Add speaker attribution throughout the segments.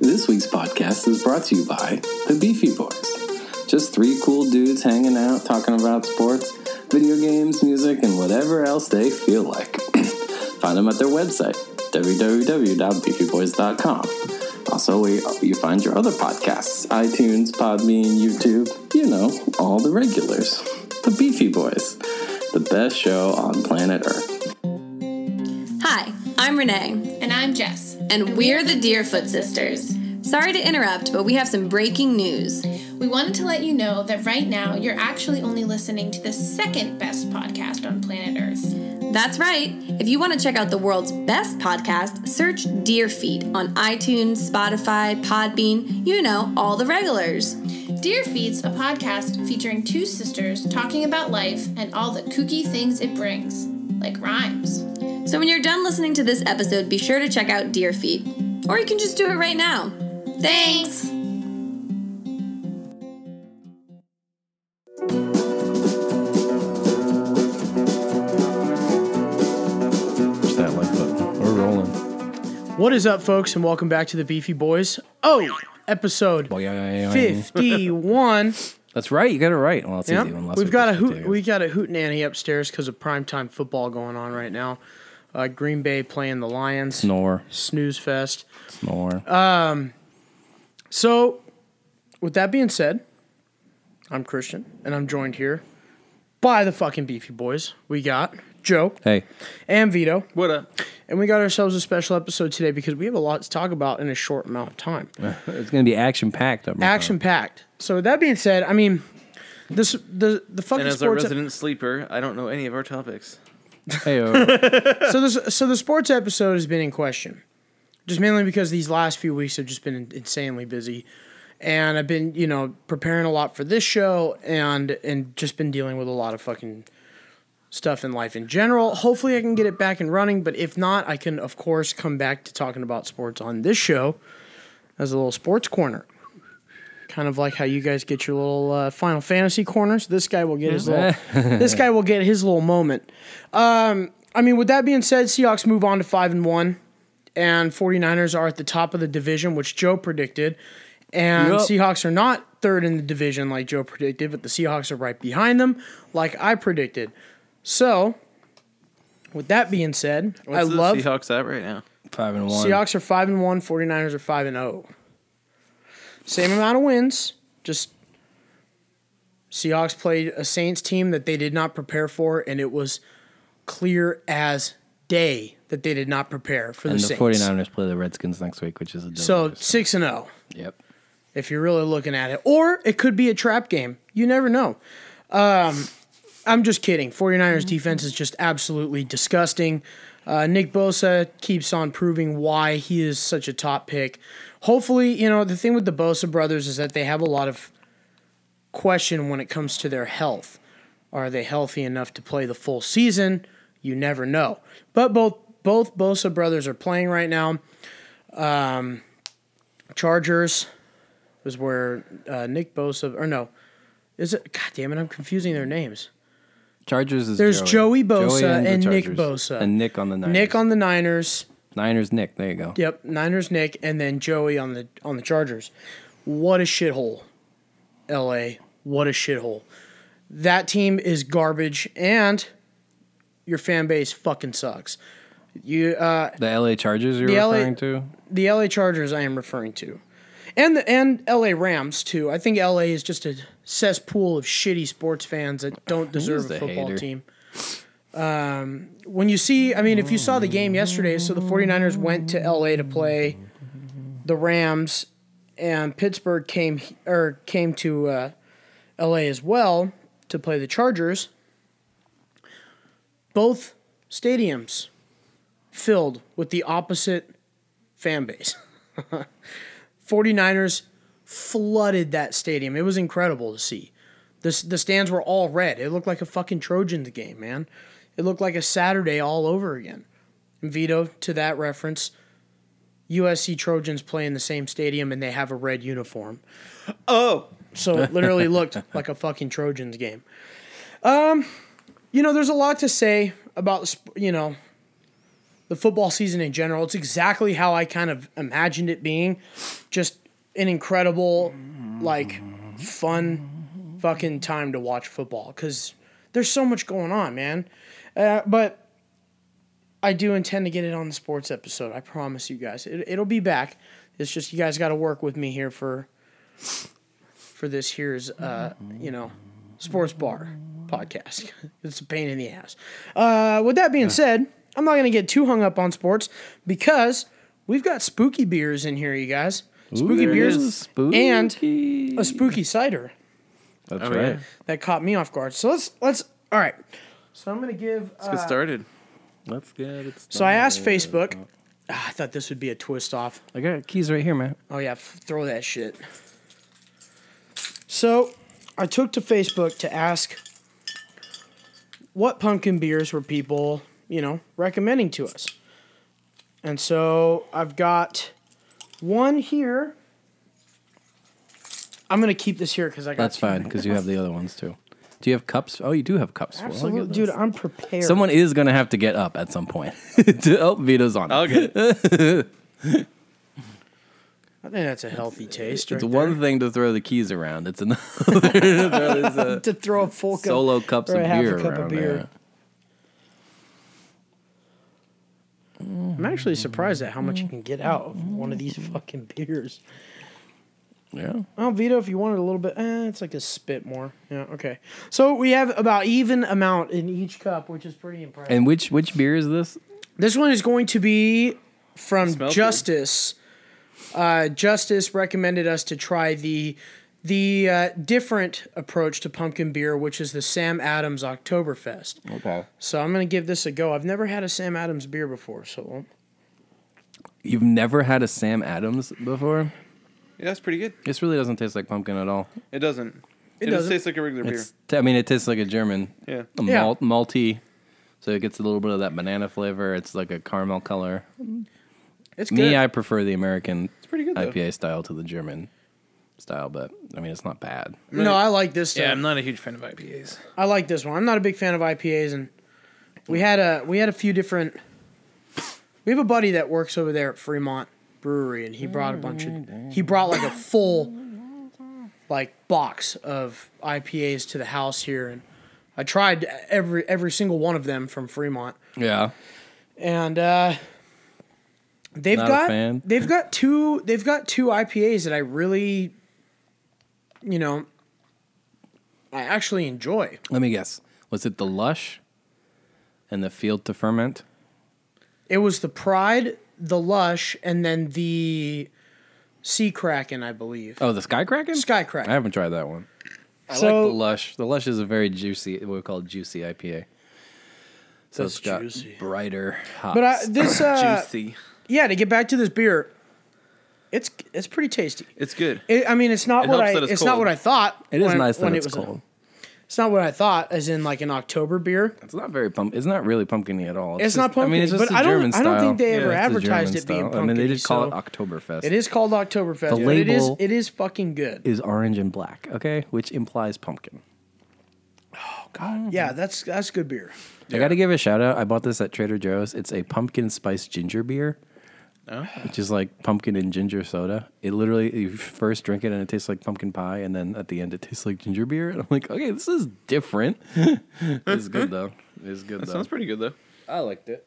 Speaker 1: This week's podcast is brought to you by the Beefy Boys. Just three cool dudes hanging out, talking about sports, video games, music, and whatever else they feel like. find them at their website, www.beefyboys.com. Also, we, you find your other podcasts iTunes, Podbean, YouTube, you know, all the regulars. The Beefy Boys, the best show on planet Earth.
Speaker 2: Hi, I'm Renee,
Speaker 3: And I'm Jess.
Speaker 2: and we're the Deerfoot Sisters. Sorry to interrupt, but we have some breaking news.
Speaker 3: We wanted to let you know that right now you're actually only listening to the second best podcast on planet Earth.
Speaker 2: That's right. If you want to check out the world's best podcast, search Deerfeed on iTunes, Spotify, Podbean, you know, all the regulars.
Speaker 3: Dear Feed's a podcast featuring two sisters talking about life and all the kooky things it brings, like rhymes.
Speaker 2: So when you're done listening to this episode, be sure to check out Deerfeed. Or you can just do it right now. Thanks.
Speaker 4: Push that like button. We're rolling.
Speaker 5: What is up, folks, and welcome back to the Beefy Boys. Oh, episode fifty-one.
Speaker 4: That's right. You got it right. Well, it's
Speaker 5: Yep.
Speaker 4: easy. Unless
Speaker 5: We've got a hoot. We got a hoot nanny upstairs because of primetime football going on right now. Uh, Green Bay playing the Lions.
Speaker 4: snore,
Speaker 5: Snooze fest.
Speaker 4: snore.
Speaker 5: Uh, So, with that being said, I'm Christian, and I'm joined here by the fucking Beefy Boys. We got Joe
Speaker 4: hey,
Speaker 5: and Vito.
Speaker 6: What up?
Speaker 5: And we got ourselves a special episode today because we have a lot to talk about in a short amount of time.
Speaker 4: it's gonna be action packed.
Speaker 5: action packed. So with that being said, I mean, this the the fucking
Speaker 6: And as a
Speaker 5: sports. e-,
Speaker 6: resident sleeper, I don't know any of our topics.
Speaker 4: Hey, oh,
Speaker 5: so this so the sports episode has been in question, just mainly because these last few weeks have just been insanely busy, and I've been you know preparing a lot for this show and and just been dealing with a lot of fucking stuff in life in general. Hopefully, I can get it back and running, but if not, I can of course come back to talking about sports on this show as a little sports corner. Kind of like how you guys get your little uh, Final Fantasy corners. This guy will get his little. this guy will get his little moment. Um, I mean, with that being said, Seahawks move on to five and one, and 49ers are at the top of the division, which Joe predicted. And
Speaker 4: Yup.
Speaker 5: Seahawks are not third in the division like Joe predicted, but the Seahawks are right behind them, like I predicted. So, with that being said,
Speaker 6: What's
Speaker 5: I
Speaker 6: the
Speaker 5: love Seahawks.
Speaker 6: Seahawks at right now.
Speaker 4: five and one.
Speaker 5: are five and one, 49ers are five and zero. Same amount of wins, just Seahawks played a Saints team that they did not prepare for, and it was clear as day that they did not prepare for the,
Speaker 4: and the
Speaker 5: Saints.
Speaker 4: 49ers play the Redskins next week, which is a
Speaker 5: So
Speaker 4: W.
Speaker 5: six and oh. zero,
Speaker 4: yep.
Speaker 5: if you're really looking at it, or it could be a trap game. You never know. Um, I'm just kidding. 49ers defense is just absolutely disgusting. Uh, Nick Bosa keeps on proving why he is such a top pick. Hopefully, you know the thing with the Bosa brothers is that they have a lot of question when it comes to their health. Are they healthy enough to play the full season? You never know. But both both Bosa brothers are playing right now. Um, Chargers was where uh, Nick Bosa or no, is it? God damn it, I'm confusing their names.
Speaker 4: Chargers is
Speaker 5: There's Joey Bosa
Speaker 4: the
Speaker 5: and Nick
Speaker 4: Chargers.
Speaker 5: Bosa.
Speaker 4: and Nick on the Niners.
Speaker 5: Nick on the Niners.
Speaker 4: Niners. Nick. There you go.
Speaker 5: Yep, Niners Nick, and then Joey on the on the Chargers. What a shithole, L.A. What a shithole. That team is garbage, and your fan base fucking sucks. You, uh,
Speaker 4: The LA Chargers you're
Speaker 5: The LA
Speaker 4: referring to.
Speaker 5: the L.A. Chargers, I am referring to, and the and L.A. Rams too. I think L.A. is just a cesspool of shitty sports fans that don't deserve
Speaker 4: the
Speaker 5: a football
Speaker 4: hater?
Speaker 5: team. Um, when you see, I mean, if you saw the game yesterday, so the 49ers went to L.A. to play the Rams, and Pittsburgh came or came to uh, L.A. as well to play the Chargers. Both stadiums filled with the opposite fan base. 49ers flooded that stadium. It was incredible to see. The, s- the stands were all red. It looked like a fucking Trojans game, man. It looked like a Saturday all over again. And Vito, to that reference, USC Trojans play in the same stadium and they have a red uniform.
Speaker 6: Oh,
Speaker 5: So it literally looked like a fucking Trojans game. Um, you know, there's a lot to say about sp- you know the football season in general. It's exactly how I kind of imagined it being, just an incredible, like, fun, fucking time to watch football because there's so much going on, man. Uh, but I do intend to get it on the sports episode. I promise you guys, it, it'll be back. It's just you guys got to work with me here for for this here's uh you know sports bar podcast. it's a pain in the ass. Uh, with that being said, I'm not gonna get too hung up on sports because we've got spooky beers in here, you guys. Spooky
Speaker 4: there it
Speaker 5: beers
Speaker 4: is. Spooky.
Speaker 5: and a spooky cider
Speaker 4: That's
Speaker 6: Oh,
Speaker 4: right.
Speaker 6: yeah.
Speaker 5: that caught me off guard. So let's let's all right. So I'm gonna give. uh,
Speaker 6: Let's get started.
Speaker 4: Let's get it. Started.
Speaker 5: So I asked Facebook. Ah, I thought this would be a twist off.
Speaker 4: I got keys right here, man.
Speaker 5: Oh yeah, f- throw that shit. So, I took to Facebook to ask what pumpkin beers were people, you know, recommending to us. And so I've got one here. I'm gonna keep this here because I got
Speaker 4: That's fine because you have the other ones too. Do you have cups? Oh, you do have cups. Well, look at
Speaker 5: Absolutely, dude.
Speaker 4: this.
Speaker 5: I'm prepared.
Speaker 4: Someone is gonna have to get up at some point. to, oh, Vito's on. it.
Speaker 6: I'll get it.
Speaker 5: I think that's a healthy taste.
Speaker 4: It's
Speaker 5: right
Speaker 4: one thing to throw the keys around. It's another to throw these, uh,
Speaker 5: there. to throw a full cup,
Speaker 4: solo cups
Speaker 5: or
Speaker 4: of
Speaker 5: a half
Speaker 4: beer
Speaker 5: a cup
Speaker 4: around
Speaker 5: of beer.
Speaker 4: there.
Speaker 5: I'm actually surprised at how much you can get out of one of these fucking beers.
Speaker 4: Yeah.
Speaker 5: Oh, Vito, if you wanted a little bit, eh, it's like a spit more. Yeah, okay. So we have about even amount in each cup, which is pretty impressive.
Speaker 4: And which which beer is this?
Speaker 5: this one is going to be from
Speaker 6: Smells good.
Speaker 5: Justice. Uh, Justice recommended us to try the the uh, different approach to pumpkin beer, which is the Sam Adams Oktoberfest.
Speaker 4: Okay.
Speaker 5: So I'm gonna give this a go. I've never had a Sam Adams beer before, so
Speaker 4: You've never had a Sam Adams before?
Speaker 6: Yeah, that's pretty good.
Speaker 4: This really doesn't taste like pumpkin at all.
Speaker 6: It doesn't. It,
Speaker 5: doesn't.
Speaker 6: just tastes like a regular beer.
Speaker 4: It's I mean it tastes like a German
Speaker 6: Yeah.
Speaker 4: a
Speaker 5: Yeah.
Speaker 4: malt malty. So it gets a little bit of that banana flavor. It's like a caramel color.
Speaker 5: it's good.
Speaker 4: Me, I prefer the American
Speaker 6: It's pretty good though.
Speaker 4: IPA style to the German style, but I mean it's not bad.
Speaker 5: no, I like this.
Speaker 6: Yeah,
Speaker 5: stuff.
Speaker 6: I'm not a huge fan of IPAs.
Speaker 5: I like this one. I'm not a big fan of IPAs, and we had a we had a few different. We have a buddy that works over there at Fremont Brewery, and he brought a bunch of he brought like a full like box of IPAs to the house here, and I tried every every single one of them from Fremont,
Speaker 4: Yeah.
Speaker 5: and uh, they've
Speaker 4: Not a
Speaker 5: got
Speaker 4: fan.
Speaker 5: they've got two they've got two IPAs that I really, you know, I actually enjoy.
Speaker 4: Let me guess. Was it the lush and the field to ferment?
Speaker 5: It was the Pride, the Lush, and then the Sea Kraken, I believe.
Speaker 4: Oh, the sky kraken.
Speaker 5: Sky Kraken.
Speaker 4: I haven't tried that one. I
Speaker 5: So-
Speaker 4: like the lush. The lush is a very juicy, what we call juicy IPA. So
Speaker 5: That's
Speaker 4: it's got
Speaker 5: juicy.
Speaker 4: brighter hops.
Speaker 5: But I, this, uh,
Speaker 6: Juicy.
Speaker 5: yeah, to get back to this beer, it's it's pretty tasty.
Speaker 6: It's good.
Speaker 5: It, I mean, it's not
Speaker 6: It
Speaker 5: what
Speaker 6: helps
Speaker 5: I
Speaker 6: that it's
Speaker 5: it's not
Speaker 6: cold.
Speaker 5: what I thought.
Speaker 4: it is
Speaker 5: when-
Speaker 4: nice that
Speaker 5: when
Speaker 4: it's
Speaker 5: was-
Speaker 4: cold.
Speaker 5: It's not what I thought, as in like an October beer.
Speaker 4: it's not very pump. It's not really pumpkiny at all.
Speaker 5: It's not
Speaker 4: I mean, it's
Speaker 5: pumpkiny,
Speaker 4: just
Speaker 5: but
Speaker 4: a
Speaker 5: I don't-
Speaker 4: German
Speaker 5: I don't
Speaker 4: style.
Speaker 5: think they ever
Speaker 4: it's a
Speaker 5: advertised
Speaker 4: German
Speaker 5: it being
Speaker 4: style. I mean, they
Speaker 5: pumpkiny,
Speaker 4: did call
Speaker 5: so-
Speaker 4: it Oktoberfest.
Speaker 5: It is called Oktoberfest.
Speaker 4: The
Speaker 5: but It is
Speaker 4: label-
Speaker 5: it is fucking good.
Speaker 4: is orange and black. Okay, which implies pumpkin.
Speaker 6: Oh,
Speaker 5: Yeah, that's that's good beer.
Speaker 4: I got to give a shout out. I bought this at Trader Joe's. It's a pumpkin spice ginger beer,
Speaker 6: Oh.
Speaker 4: which is like pumpkin and ginger soda. It literally you first drink it and it tastes like pumpkin pie, and then at the end it tastes like ginger beer. And I'm like, okay, this is different. it's good though. It's good
Speaker 6: That
Speaker 4: though.
Speaker 6: sounds pretty good though.
Speaker 4: I liked it.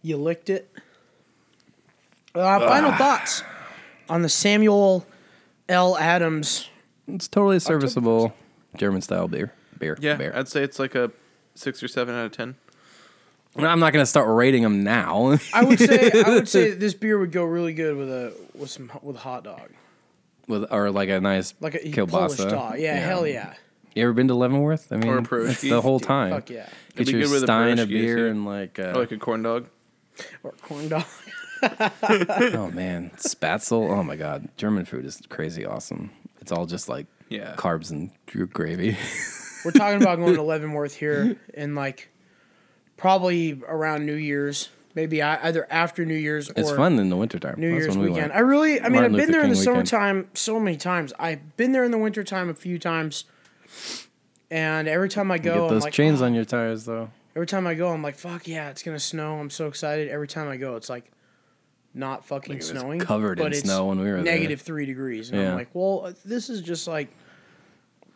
Speaker 5: You licked it. Uh, final thoughts on the Samuel L. Adams.
Speaker 4: It's totally serviceable German style beer. Beer.
Speaker 6: Yeah,
Speaker 4: beer.
Speaker 6: I'd say it's like a six or seven out of ten.
Speaker 4: I'm not gonna start rating them now.
Speaker 5: I would say I would say that this beer would go really good with a with some with a hot dog,
Speaker 4: With or like a nice
Speaker 5: like a
Speaker 4: kielbasa.
Speaker 5: Polish dog. Yeah, hell yeah,
Speaker 4: You ever been to Leavenworth? I mean,
Speaker 6: Or a
Speaker 4: it's
Speaker 6: pierogi.
Speaker 4: the whole time.
Speaker 5: fuck yeah,
Speaker 4: Get
Speaker 6: It'd be
Speaker 4: your
Speaker 6: good with a
Speaker 4: stein of
Speaker 6: pierogi,
Speaker 4: beer
Speaker 6: too. Oh,
Speaker 4: and like. Uh,
Speaker 6: I like a corn dog.
Speaker 5: or corn dog.
Speaker 4: Oh man, spatzel. Oh my god, German food is crazy awesome. It's all just like
Speaker 6: Yeah.
Speaker 4: carbs and gr- gravy.
Speaker 5: We're talking about going to Leavenworth here in like probably around New Year's, maybe I- either after New Year's
Speaker 4: it's
Speaker 5: or
Speaker 4: fun in the wintertime.
Speaker 5: New
Speaker 4: That's
Speaker 5: Year's
Speaker 4: when we
Speaker 5: weekend. I
Speaker 4: went.
Speaker 5: really, I mean,
Speaker 4: Martin
Speaker 5: I've been
Speaker 4: Luther
Speaker 5: there in the
Speaker 4: King weekend.
Speaker 5: summertime so many times. I've been there in the wintertime a few times, and every time I go,
Speaker 4: Get
Speaker 5: I'm
Speaker 4: those
Speaker 5: like,
Speaker 4: chains
Speaker 5: "Oh,
Speaker 4: on your tires though.
Speaker 5: Every time I go, I'm like, fuck yeah, it's gonna snow. I'm so excited. Every time I go, it's like not fucking
Speaker 4: Like, it was
Speaker 5: snowing.
Speaker 4: covered in
Speaker 5: but it's
Speaker 4: snow when we were there.
Speaker 5: negative three degrees, and
Speaker 4: Yeah.
Speaker 5: I'm like, well, uh, this is just like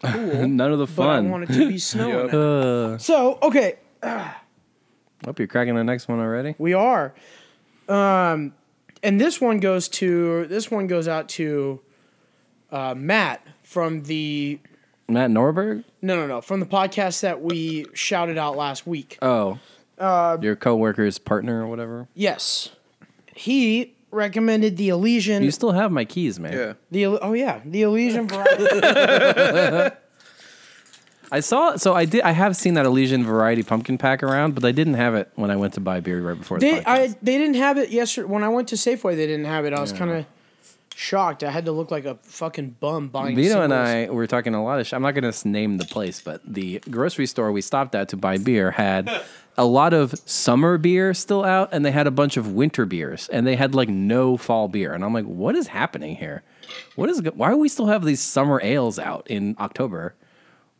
Speaker 5: cool.
Speaker 4: None of the
Speaker 5: But I
Speaker 4: fun.
Speaker 5: want it to be snowing. out.
Speaker 4: Uh,
Speaker 5: So okay,
Speaker 4: hope you're cracking the next one already.
Speaker 5: we are, um, and this one goes to this one goes out to uh, Matt from the
Speaker 4: Matt Norberg.
Speaker 5: no no no from the podcast that we shouted out last week.
Speaker 4: Oh,
Speaker 5: Uh,
Speaker 4: your coworker's partner or whatever.
Speaker 5: Yes. He recommended the Elysian.
Speaker 4: You still have my keys, man.
Speaker 6: Yeah.
Speaker 5: the El- oh yeah, the Elysian variety.
Speaker 4: I saw. So I did. I have seen that Elysian Variety pumpkin pack around, but I didn't have it when I went to buy beer right before. the
Speaker 5: they
Speaker 4: podcast.
Speaker 5: I they didn't have it yesterday when I went to Safeway. They didn't have it. I was kind of shocked. I had to look like a fucking bum buying.
Speaker 4: Vito and
Speaker 5: singles.
Speaker 4: I were talking a lot of. Sh- I'm not going to name the place, but the grocery store we stopped at to buy beer had a lot of summer beer still out, and they had a bunch of winter beers, and they had like no fall beer. And I'm like, what is happening here? What is? go- Why do we still have these summer ales out in October?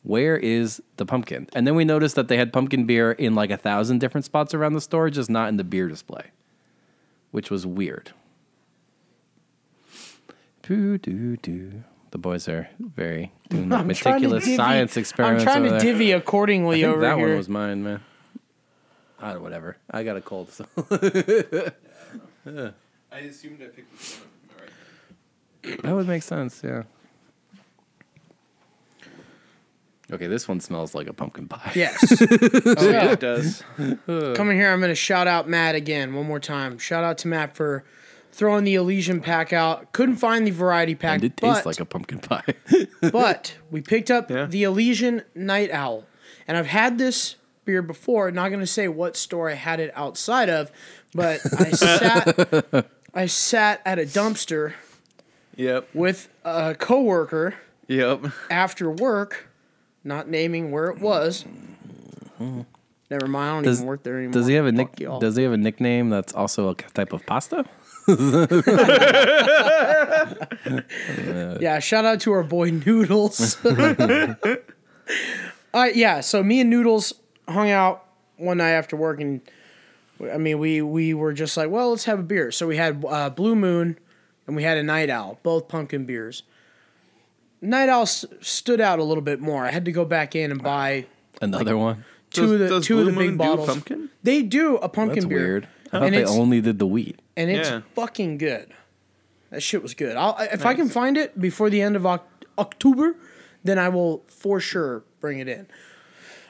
Speaker 4: Where is the pumpkin? And then we noticed that they had pumpkin beer in like a thousand different spots around the store, just not in the beer display, which was weird. Doo, doo, doo. The boys are very doing
Speaker 5: I'm trying to
Speaker 4: meticulous
Speaker 5: divvy-
Speaker 4: science experiments.
Speaker 5: I'm trying to
Speaker 4: over there.
Speaker 5: divvy
Speaker 4: I
Speaker 5: accordingly
Speaker 4: think
Speaker 5: over
Speaker 4: that
Speaker 5: here.
Speaker 4: one was mine, man. I don't, whatever. I got a cold. So.
Speaker 6: I assumed I picked this one up. Right.
Speaker 4: that would make sense, yeah. Okay, this one smells like a pumpkin pie.
Speaker 5: yes.
Speaker 6: Oh, yeah, it does.
Speaker 5: Coming here, I'm going to shout out Matt again one more time. Shout out to Matt for throwing the Elysian pack out. Couldn't find the variety pack,
Speaker 4: And it tastes
Speaker 5: but
Speaker 4: like a pumpkin pie.
Speaker 5: but we picked up
Speaker 6: Yeah.
Speaker 5: the Elysian Night Owl, and I've had this beer before. Not going to say what store I had it outside of, but I sat I sat at a dumpster
Speaker 6: Yep.
Speaker 5: with a coworker
Speaker 6: Yep.
Speaker 5: after work, not naming where it was. Never mind,
Speaker 4: Mm-hmm.
Speaker 5: I don't
Speaker 4: Does-
Speaker 5: even work there anymore.
Speaker 4: does he have a nick?
Speaker 5: Fuck y'all.
Speaker 4: Does he have a nickname that's also a type of pasta?
Speaker 5: Yeah, shout out to our boy Noodles. uh, yeah, so me and Noodles hung out one night after work, and I mean, we we were just like, well, let's have a beer. So we had uh, Blue Moon, and we had a Night Owl, both pumpkin beers. Night Owl s- stood out a little bit more. I had to go back in and buy
Speaker 4: Another one.
Speaker 5: two of the
Speaker 6: does
Speaker 5: two of
Speaker 6: Blue
Speaker 5: the big
Speaker 6: Moon do
Speaker 5: bottles.
Speaker 6: pumpkin?
Speaker 5: They do a pumpkin
Speaker 4: That's
Speaker 5: beer
Speaker 4: weird. I thought
Speaker 5: And
Speaker 4: they
Speaker 5: it's-
Speaker 4: only did the wheat.
Speaker 5: and it's
Speaker 6: Yeah.
Speaker 5: fucking good. That shit was good. I'll, if I can find it before the end of Oc- October, then I will for sure bring it in.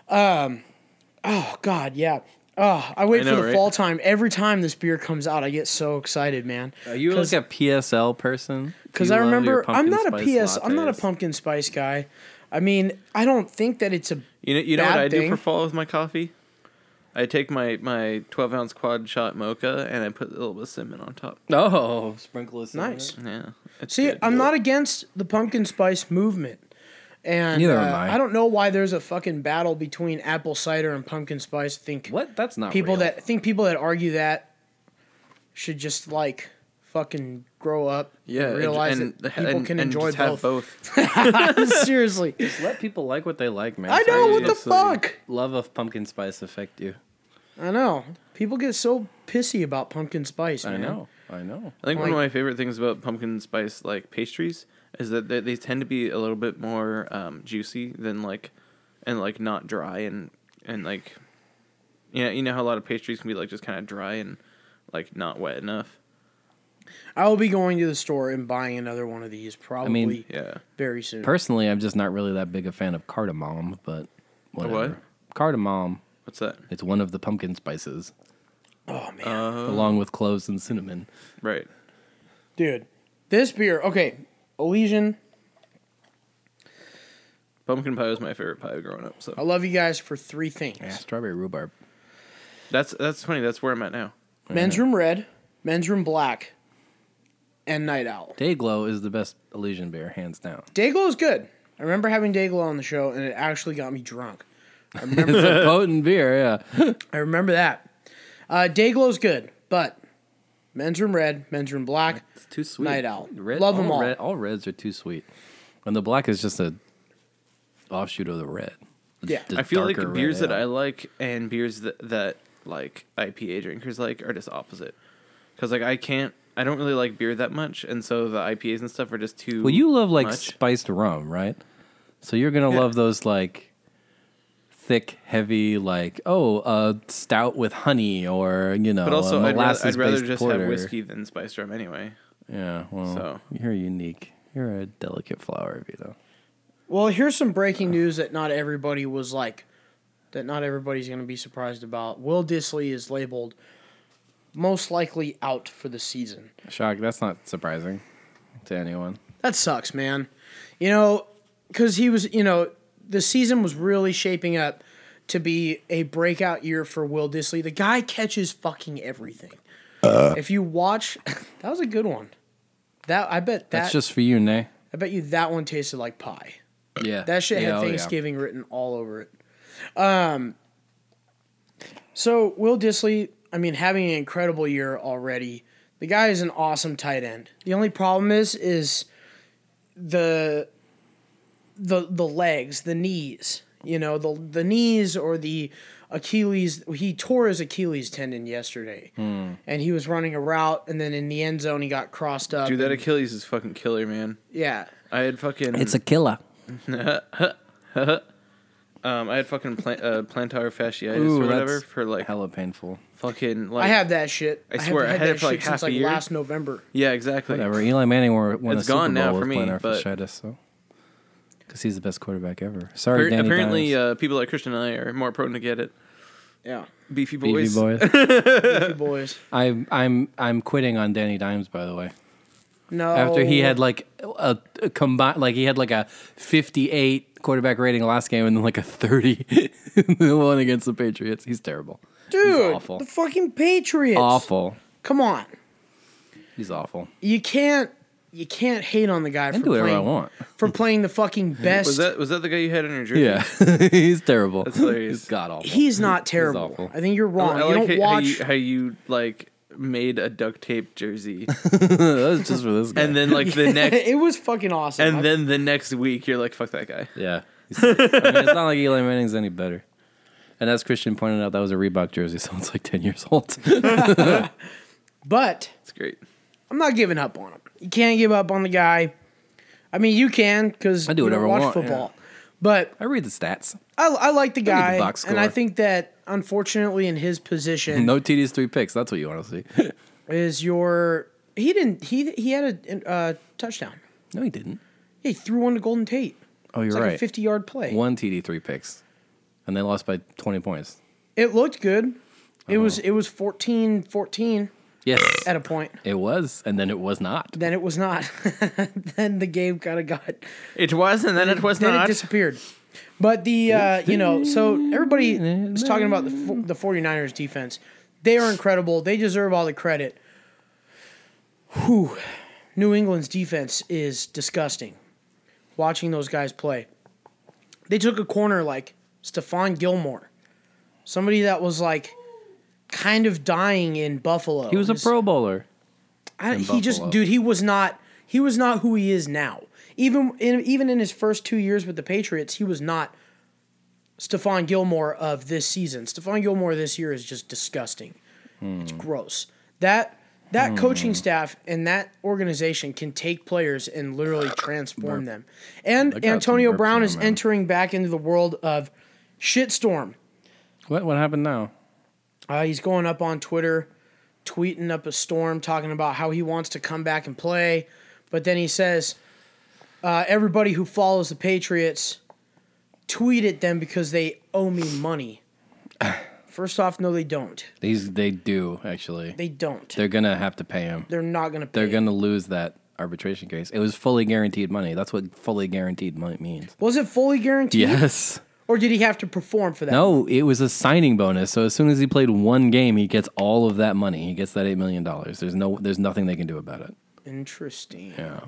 Speaker 5: Um, oh God, yeah. Oh, I wait
Speaker 6: I know,
Speaker 5: for the
Speaker 6: right?
Speaker 5: fall time. Every time this beer comes out, I get so excited, man.
Speaker 6: Uh,
Speaker 4: Are you like
Speaker 5: 'Cause-
Speaker 4: a PSL person?
Speaker 5: because I remember I'm not a PS. I'm not a pumpkin spice guy. I mean, I don't think that it's a
Speaker 6: You know, you know what
Speaker 5: Bad
Speaker 6: I
Speaker 5: thing.
Speaker 6: do for fall with my coffee? I take my my twelve ounce quad shot mocha and I put a little bit of cinnamon on top.
Speaker 4: Oh, sprinkle is
Speaker 5: nice.
Speaker 6: Yeah. it's
Speaker 5: See,
Speaker 6: good.
Speaker 5: I'm not against the pumpkin spice movement. And
Speaker 4: Neither
Speaker 5: uh,
Speaker 4: am I.
Speaker 5: I don't know why there's a fucking battle between apple cider and pumpkin spice. I think
Speaker 4: What? That's not
Speaker 5: people
Speaker 4: real.
Speaker 5: that I think people that argue that should just like fucking grow up.
Speaker 6: Yeah,
Speaker 5: and realize that people
Speaker 6: and-
Speaker 5: can
Speaker 6: and
Speaker 5: enjoy
Speaker 6: just have
Speaker 5: both.
Speaker 6: both.
Speaker 5: Seriously,
Speaker 4: Just let people like what they like, man.
Speaker 5: I
Speaker 4: It's not
Speaker 5: know
Speaker 4: easy
Speaker 5: what
Speaker 4: to
Speaker 5: the
Speaker 4: see
Speaker 5: fuck.
Speaker 4: Love of pumpkin spice affect you.
Speaker 5: I know people get so pissy about pumpkin spice. Man.
Speaker 4: I know. I know.
Speaker 6: I think one of
Speaker 5: Like-
Speaker 6: my favorite things about pumpkin spice like pastries is that they, they tend to be a little bit more um, juicy than like and like not dry and and like you know, you know how a lot of pastries can be like just kind of dry and like not wet enough.
Speaker 5: I will be going to the store and buying another one of these probably
Speaker 6: Yeah.
Speaker 5: very soon.
Speaker 4: Personally, I'm just not really that big a fan of cardamom, but whatever.
Speaker 6: what?
Speaker 4: Cardamom.
Speaker 6: What's that?
Speaker 4: It's one of the pumpkin spices,
Speaker 5: oh man.
Speaker 4: along with cloves and cinnamon.
Speaker 6: Right.
Speaker 5: Dude, this beer. Okay, Elysian.
Speaker 6: Pumpkin pie was my favorite pie growing up.
Speaker 5: I
Speaker 6: So
Speaker 5: love you guys for three things:
Speaker 4: Strawberry rhubarb.
Speaker 6: that's that's funny. That's where I'm at now.
Speaker 5: men's room red, men's room black, and night owl.
Speaker 4: Dayglow is the best Elysian beer, hands down.
Speaker 5: Dayglow is good. I remember having Dayglow on the show, and it actually got me drunk.
Speaker 4: It's a potent beer, yeah.
Speaker 5: I remember that. Uh, Dayglow's good, but men's room red, men's room black.
Speaker 4: It's too sweet.
Speaker 5: Night Owl. Love 'em all.
Speaker 4: Red, all reds are too sweet, and the black is just a offshoot of the red.
Speaker 5: Yeah.
Speaker 4: the
Speaker 6: I feel like the
Speaker 4: darker
Speaker 6: beers
Speaker 4: red
Speaker 6: that I
Speaker 4: ale.
Speaker 6: like and beers that, that like IPA drinkers like are just opposite. Because like I can't, I don't really like beer that much, and so the IPAs and stuff are just too.
Speaker 4: Well, you love like
Speaker 6: much.
Speaker 4: spiced rum, right? So you're gonna
Speaker 6: Yeah.
Speaker 4: love those like thick, heavy, like oh, uh, stout with honey, or you know,
Speaker 6: but also
Speaker 4: a
Speaker 6: I'd, rather I'd rather
Speaker 4: uh, molasses-based
Speaker 6: just
Speaker 4: porter.
Speaker 6: have whiskey than spiced rum anyway.
Speaker 4: Yeah, well,
Speaker 6: So.
Speaker 4: you're unique. You're a delicate flower, Vito.
Speaker 5: Well, here's some breaking news that not everybody was like, that not everybody's going to be surprised about. Will Disley is labeled most likely out for the season.
Speaker 4: Shock. That's not surprising to anyone.
Speaker 5: That sucks, man. You know, because he was, you know, the season was really shaping up to be a breakout year for Will Disley. The guy catches fucking everything. if you watch, that was a good one. That I bet that
Speaker 4: That's just for you, Nay.
Speaker 5: I bet you that one tasted like pie.
Speaker 4: Yeah,
Speaker 5: That shit
Speaker 4: yeah,
Speaker 5: had
Speaker 4: oh, yeah.
Speaker 5: Thanksgiving written all over it. Um, so Will Disley, I mean, having an incredible year already. The guy is an awesome tight end. The only problem is, is the the the legs, the knees. You know, the the knees or the Achilles. He tore his Achilles tendon yesterday,
Speaker 6: Hmm.
Speaker 5: and he was running a route, and then in the end zone, he got crossed up.
Speaker 6: Dude, that
Speaker 5: and-
Speaker 6: Achilles is fucking killer, man.
Speaker 5: yeah.
Speaker 6: I had fucking.
Speaker 4: It's a killer.
Speaker 6: Um, I had fucking pla- uh, plantar fasciitis
Speaker 4: Ooh,
Speaker 6: or whatever
Speaker 4: that's
Speaker 6: for like
Speaker 4: Hella painful.
Speaker 6: fucking like.
Speaker 5: I have that shit.
Speaker 6: I
Speaker 5: have
Speaker 6: swear, I
Speaker 5: had
Speaker 6: had it
Speaker 5: that
Speaker 6: for, like,
Speaker 5: shit
Speaker 6: half
Speaker 5: since
Speaker 6: a
Speaker 5: like
Speaker 6: year.
Speaker 5: last November.
Speaker 6: Yeah, exactly.
Speaker 4: Whatever. Eli Manning won, won a
Speaker 6: It's
Speaker 4: Super
Speaker 6: gone
Speaker 4: Bowl
Speaker 6: now
Speaker 4: with
Speaker 6: for me,
Speaker 4: plantar
Speaker 6: but-
Speaker 4: fasciitis, so because he's the best quarterback ever. Sorry,
Speaker 6: Appar-
Speaker 4: Danny
Speaker 6: apparently,
Speaker 4: Dimes.
Speaker 6: uh, people like Christian and I are more prone to get it.
Speaker 5: Yeah.
Speaker 6: Beefy boys.
Speaker 4: BB boys.
Speaker 5: Two boys.
Speaker 4: I'm I'm I'm quitting on Danny Dimes by the way.
Speaker 5: No.
Speaker 4: After
Speaker 6: Oh.
Speaker 4: he had like a, a combined like he had like a 58 quarterback rating last game and then like a 30 in the one against the Patriots. He's terrible.
Speaker 5: dude,
Speaker 4: awful.
Speaker 5: the fucking Patriots.
Speaker 4: awful.
Speaker 5: Come on,
Speaker 4: He's awful.
Speaker 5: you can't you can't hate on the guy
Speaker 4: I can
Speaker 5: for
Speaker 4: do whatever
Speaker 5: playing
Speaker 4: I want.
Speaker 5: for playing the fucking best.
Speaker 6: Was that was that the guy you had in your jersey?
Speaker 4: Yeah. he's terrible.
Speaker 6: That's hilarious.
Speaker 4: He's god awful.
Speaker 5: He's not terrible.
Speaker 4: awful.
Speaker 5: I think you're
Speaker 6: I,
Speaker 5: wrong.
Speaker 6: I
Speaker 5: you
Speaker 6: like
Speaker 5: don't
Speaker 6: how,
Speaker 5: watch.
Speaker 6: How, you, how you like made a duct tape jersey,
Speaker 4: that was just for this guy.
Speaker 6: and then like the next,
Speaker 5: it was fucking awesome. I-
Speaker 6: and then the next week you're like, fuck that guy.
Speaker 4: yeah. He's- I mean, it's not like Eli Manning's any better. And as Christian pointed out, that was a Reebok jersey, so it's like 10 years old.
Speaker 5: but
Speaker 6: It's great.
Speaker 5: I'm not giving up on him. You can't give up on the guy. I mean, you can because
Speaker 4: I do
Speaker 5: you
Speaker 4: whatever I
Speaker 5: don't watch
Speaker 4: want, yeah.
Speaker 5: football. But
Speaker 4: I read the stats.
Speaker 5: I, I like the
Speaker 4: at the
Speaker 5: guy,
Speaker 4: box
Speaker 5: and I
Speaker 4: score.
Speaker 5: think that unfortunately in his position,
Speaker 4: No TDs, three picks. That's what you want to see.
Speaker 5: is your he didn't he he had a uh, touchdown.
Speaker 4: No, he didn't.
Speaker 5: Yeah, he threw one to Golden Tate.
Speaker 4: Oh, you're
Speaker 5: It's like
Speaker 4: right.
Speaker 5: a 50 yard play.
Speaker 4: One TD, three picks, and they lost by 20 points.
Speaker 5: It looked good. It was
Speaker 4: Uh-huh.
Speaker 5: it was 14 14
Speaker 4: Yes,
Speaker 5: at a point.
Speaker 4: it was, and then it was not.
Speaker 5: Then it was not. then the game kind of got
Speaker 6: It was, and then it was
Speaker 5: then it
Speaker 6: not.
Speaker 5: disappeared. But the uh, you know, so everybody is talking about the fo- the 49ers defense. They are incredible. They deserve all the credit. Whew. New England's defense is disgusting. Watching those guys play. They took a corner like Stephon Gilmore. Somebody that was like kind of dying in Buffalo.
Speaker 4: He was a
Speaker 5: His-
Speaker 4: Pro Bowler.
Speaker 5: I,
Speaker 4: in
Speaker 5: he just,
Speaker 4: Buffalo.
Speaker 5: dude, he was not. He was not who he is now. Even in even in his first two years with the Patriots, he was not Stephon Gilmore of this season. Stephon Gilmore this year is just disgusting.
Speaker 4: Hmm.
Speaker 5: It's gross. That that coaching staff and that organization can take players and literally transform them.
Speaker 4: I
Speaker 5: And
Speaker 4: got some
Speaker 5: Antonio
Speaker 4: burps
Speaker 5: Brown
Speaker 4: now,
Speaker 5: is
Speaker 4: man.
Speaker 5: entering back into the world of shitstorm.
Speaker 4: What what happened now?
Speaker 5: Uh, he's going up on Twitter, tweeting up a storm, talking about how he wants to come back and play. But then he says, uh, everybody who follows the Patriots tweet at them because they owe me money. First off, no, they don't.
Speaker 4: These they do actually.
Speaker 5: They don't.
Speaker 4: They're
Speaker 5: They're,
Speaker 4: gonna have to pay him.
Speaker 5: not going to pay.
Speaker 4: They're gonna lose that arbitration case. It was fully guaranteed money. That's what fully guaranteed money means.
Speaker 5: Was it fully guaranteed?
Speaker 4: Yes.
Speaker 5: Or did he have to perform for that?
Speaker 4: No, it was a signing bonus. So as soon as he played one game, he gets all of that money. He gets that eight million dollars. There's no there's nothing they can do about it.
Speaker 5: Interesting.
Speaker 4: Yeah.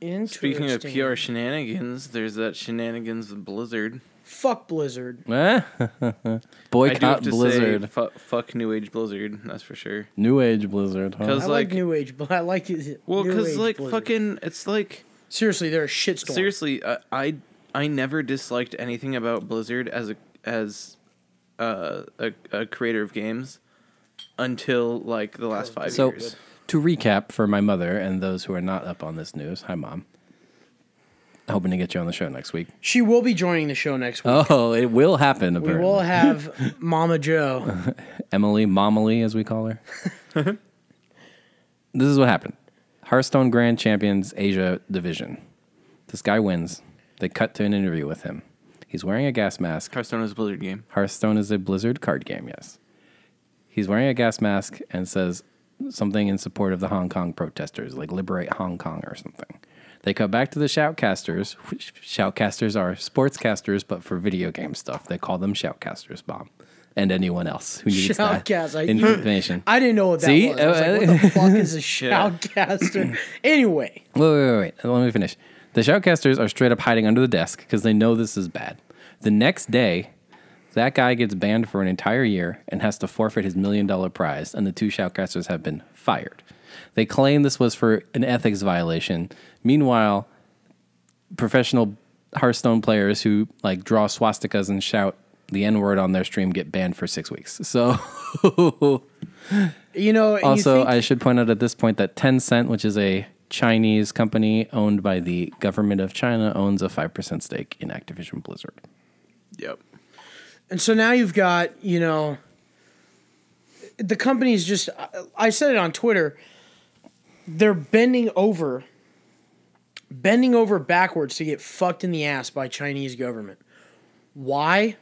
Speaker 5: Interesting.
Speaker 6: Speaking of PR shenanigans, there's that shenanigans with Blizzard.
Speaker 5: Fuck Blizzard.
Speaker 4: Eh?
Speaker 6: I do have
Speaker 4: Boycott
Speaker 6: to
Speaker 4: Blizzard.
Speaker 6: say, fu- fuck New Age Blizzard. That's for sure.
Speaker 4: New Age Blizzard. Huh?
Speaker 6: 'Cause-
Speaker 5: I
Speaker 6: It's
Speaker 5: like,
Speaker 6: like-
Speaker 5: New Age, but I like it.
Speaker 6: Well,
Speaker 5: New
Speaker 6: because
Speaker 5: Age
Speaker 6: like
Speaker 5: Blizzard.
Speaker 6: fucking, it's like
Speaker 5: Seriously, they're a shitstorm.
Speaker 6: seriously, uh, I, I I never disliked anything about Blizzard as a as uh, a a creator of games until like the last five
Speaker 4: So,
Speaker 6: years.
Speaker 4: to recap for my mother and those who are not up on this news, hi, mom. Hoping to get you on the show next week.
Speaker 5: She will be joining the show next week.
Speaker 4: Oh, it will happen.
Speaker 5: we
Speaker 4: Apparently.
Speaker 5: will have Mama Joe.
Speaker 4: Emily Momily, as we call her. this is what happened Hearthstone Grand Champions Asia Division. This guy wins. They cut to an interview with him. He's wearing a gas mask.
Speaker 6: Hearthstone is a Blizzard game.
Speaker 4: Hearthstone is a Blizzard card game, yes. He's wearing a gas mask and says something in support of the Hong Kong protesters, like liberate Hong Kong or something. They cut back to the shoutcasters, which shoutcasters are sportscasters, but for video game stuff. They call them shoutcasters, Bob, and anyone else who needs that
Speaker 5: Shoutcast, I-
Speaker 4: information.
Speaker 5: I didn't know what that
Speaker 4: See?
Speaker 5: was. I was like, what the fuck is a shoutcaster? anyway,
Speaker 4: Wait, wait, wait, wait. Let me finish. The shoutcasters are straight up hiding under the desk because they know this is bad. The next day, that guy gets banned for an entire year and has to forfeit his million dollar prize, and the two shoutcasters have been fired. They claim this was for an ethics violation. Meanwhile, professional Hearthstone players who like draw swastikas and shout the N word on their stream get banned for six weeks. So
Speaker 5: you know, you
Speaker 4: also,
Speaker 5: think-
Speaker 4: I should point out at this point that Tencent, which is a Chinese company owned by the government of China, owns a 5% stake in Activision Blizzard.
Speaker 6: Yep.
Speaker 5: And so now you've got, you know, the company's just, I- I said it on Twitter, they're bending over, bending over backwards to get fucked in the ass by Chinese government. Why?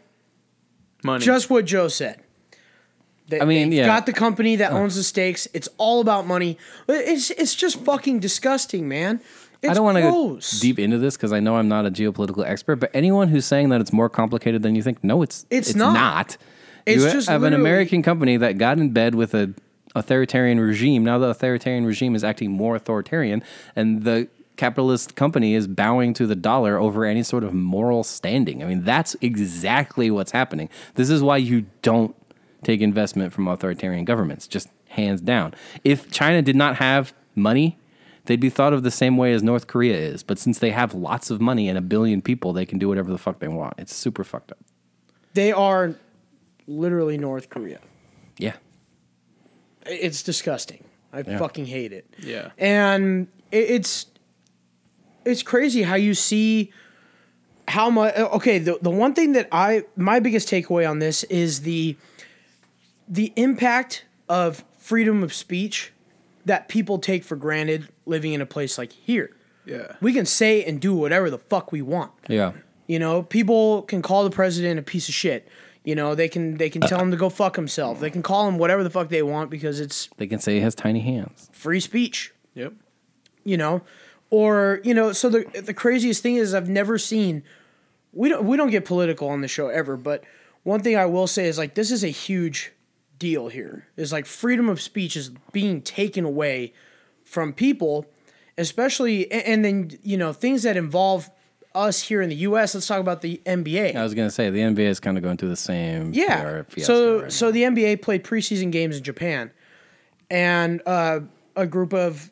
Speaker 6: Money.
Speaker 5: Just what Joe said. They,
Speaker 4: I mean,
Speaker 5: they've
Speaker 4: yeah.
Speaker 5: got the company that owns the stakes. It's all about money. It's it's just fucking disgusting, man. It's
Speaker 4: I don't want to go
Speaker 5: gross.
Speaker 4: deep into this because I know I'm not a geopolitical expert, but anyone who's saying that it's more complicated than you think, no, it's
Speaker 5: It's not. It's
Speaker 4: you
Speaker 5: just
Speaker 4: have an
Speaker 5: literally-
Speaker 4: American company that got in bed with a authoritarian regime. Now the authoritarian regime is acting more authoritarian, and the capitalist company is bowing to the dollar over any sort of moral standing. I mean, that's exactly what's happening. This is why you don't take investment from authoritarian governments, just hands down. If China did not have money, they'd be thought of the same way as North Korea is. But since they have lots of money and a billion people, they can do whatever the fuck they want. It's super fucked up.
Speaker 5: They are literally North Korea.
Speaker 4: Yeah.
Speaker 5: it's disgusting. I fucking hate it.
Speaker 6: Yeah.
Speaker 5: And it, it's it's crazy how you see how much okay, the the one thing that I my biggest takeaway on this is the the impact of freedom of speech that people take for granted living in a place like here.
Speaker 6: Yeah.
Speaker 5: We can say and do whatever the fuck we want.
Speaker 4: Yeah.
Speaker 5: You know, people can call the president a piece of shit. You know, they can they can tell him to go fuck himself. They can call him whatever the fuck they want because it's
Speaker 4: They can say he has tiny hands.
Speaker 5: free speech,
Speaker 6: Yep.
Speaker 5: you know, or you know. So the the craziest thing is I've never seen. We don't we don't get political on the show ever, but one thing I will say is like this is a huge deal here. Is like freedom of speech is being taken away from people, especially a- and then you know things that involve us here in the U.S. Let's talk about the NBA.
Speaker 4: I was going to say the NBA is kind of going through the same
Speaker 5: Yeah.
Speaker 4: PR fiasco
Speaker 5: So
Speaker 4: right
Speaker 5: so the NBA played preseason games in Japan, and uh, a group of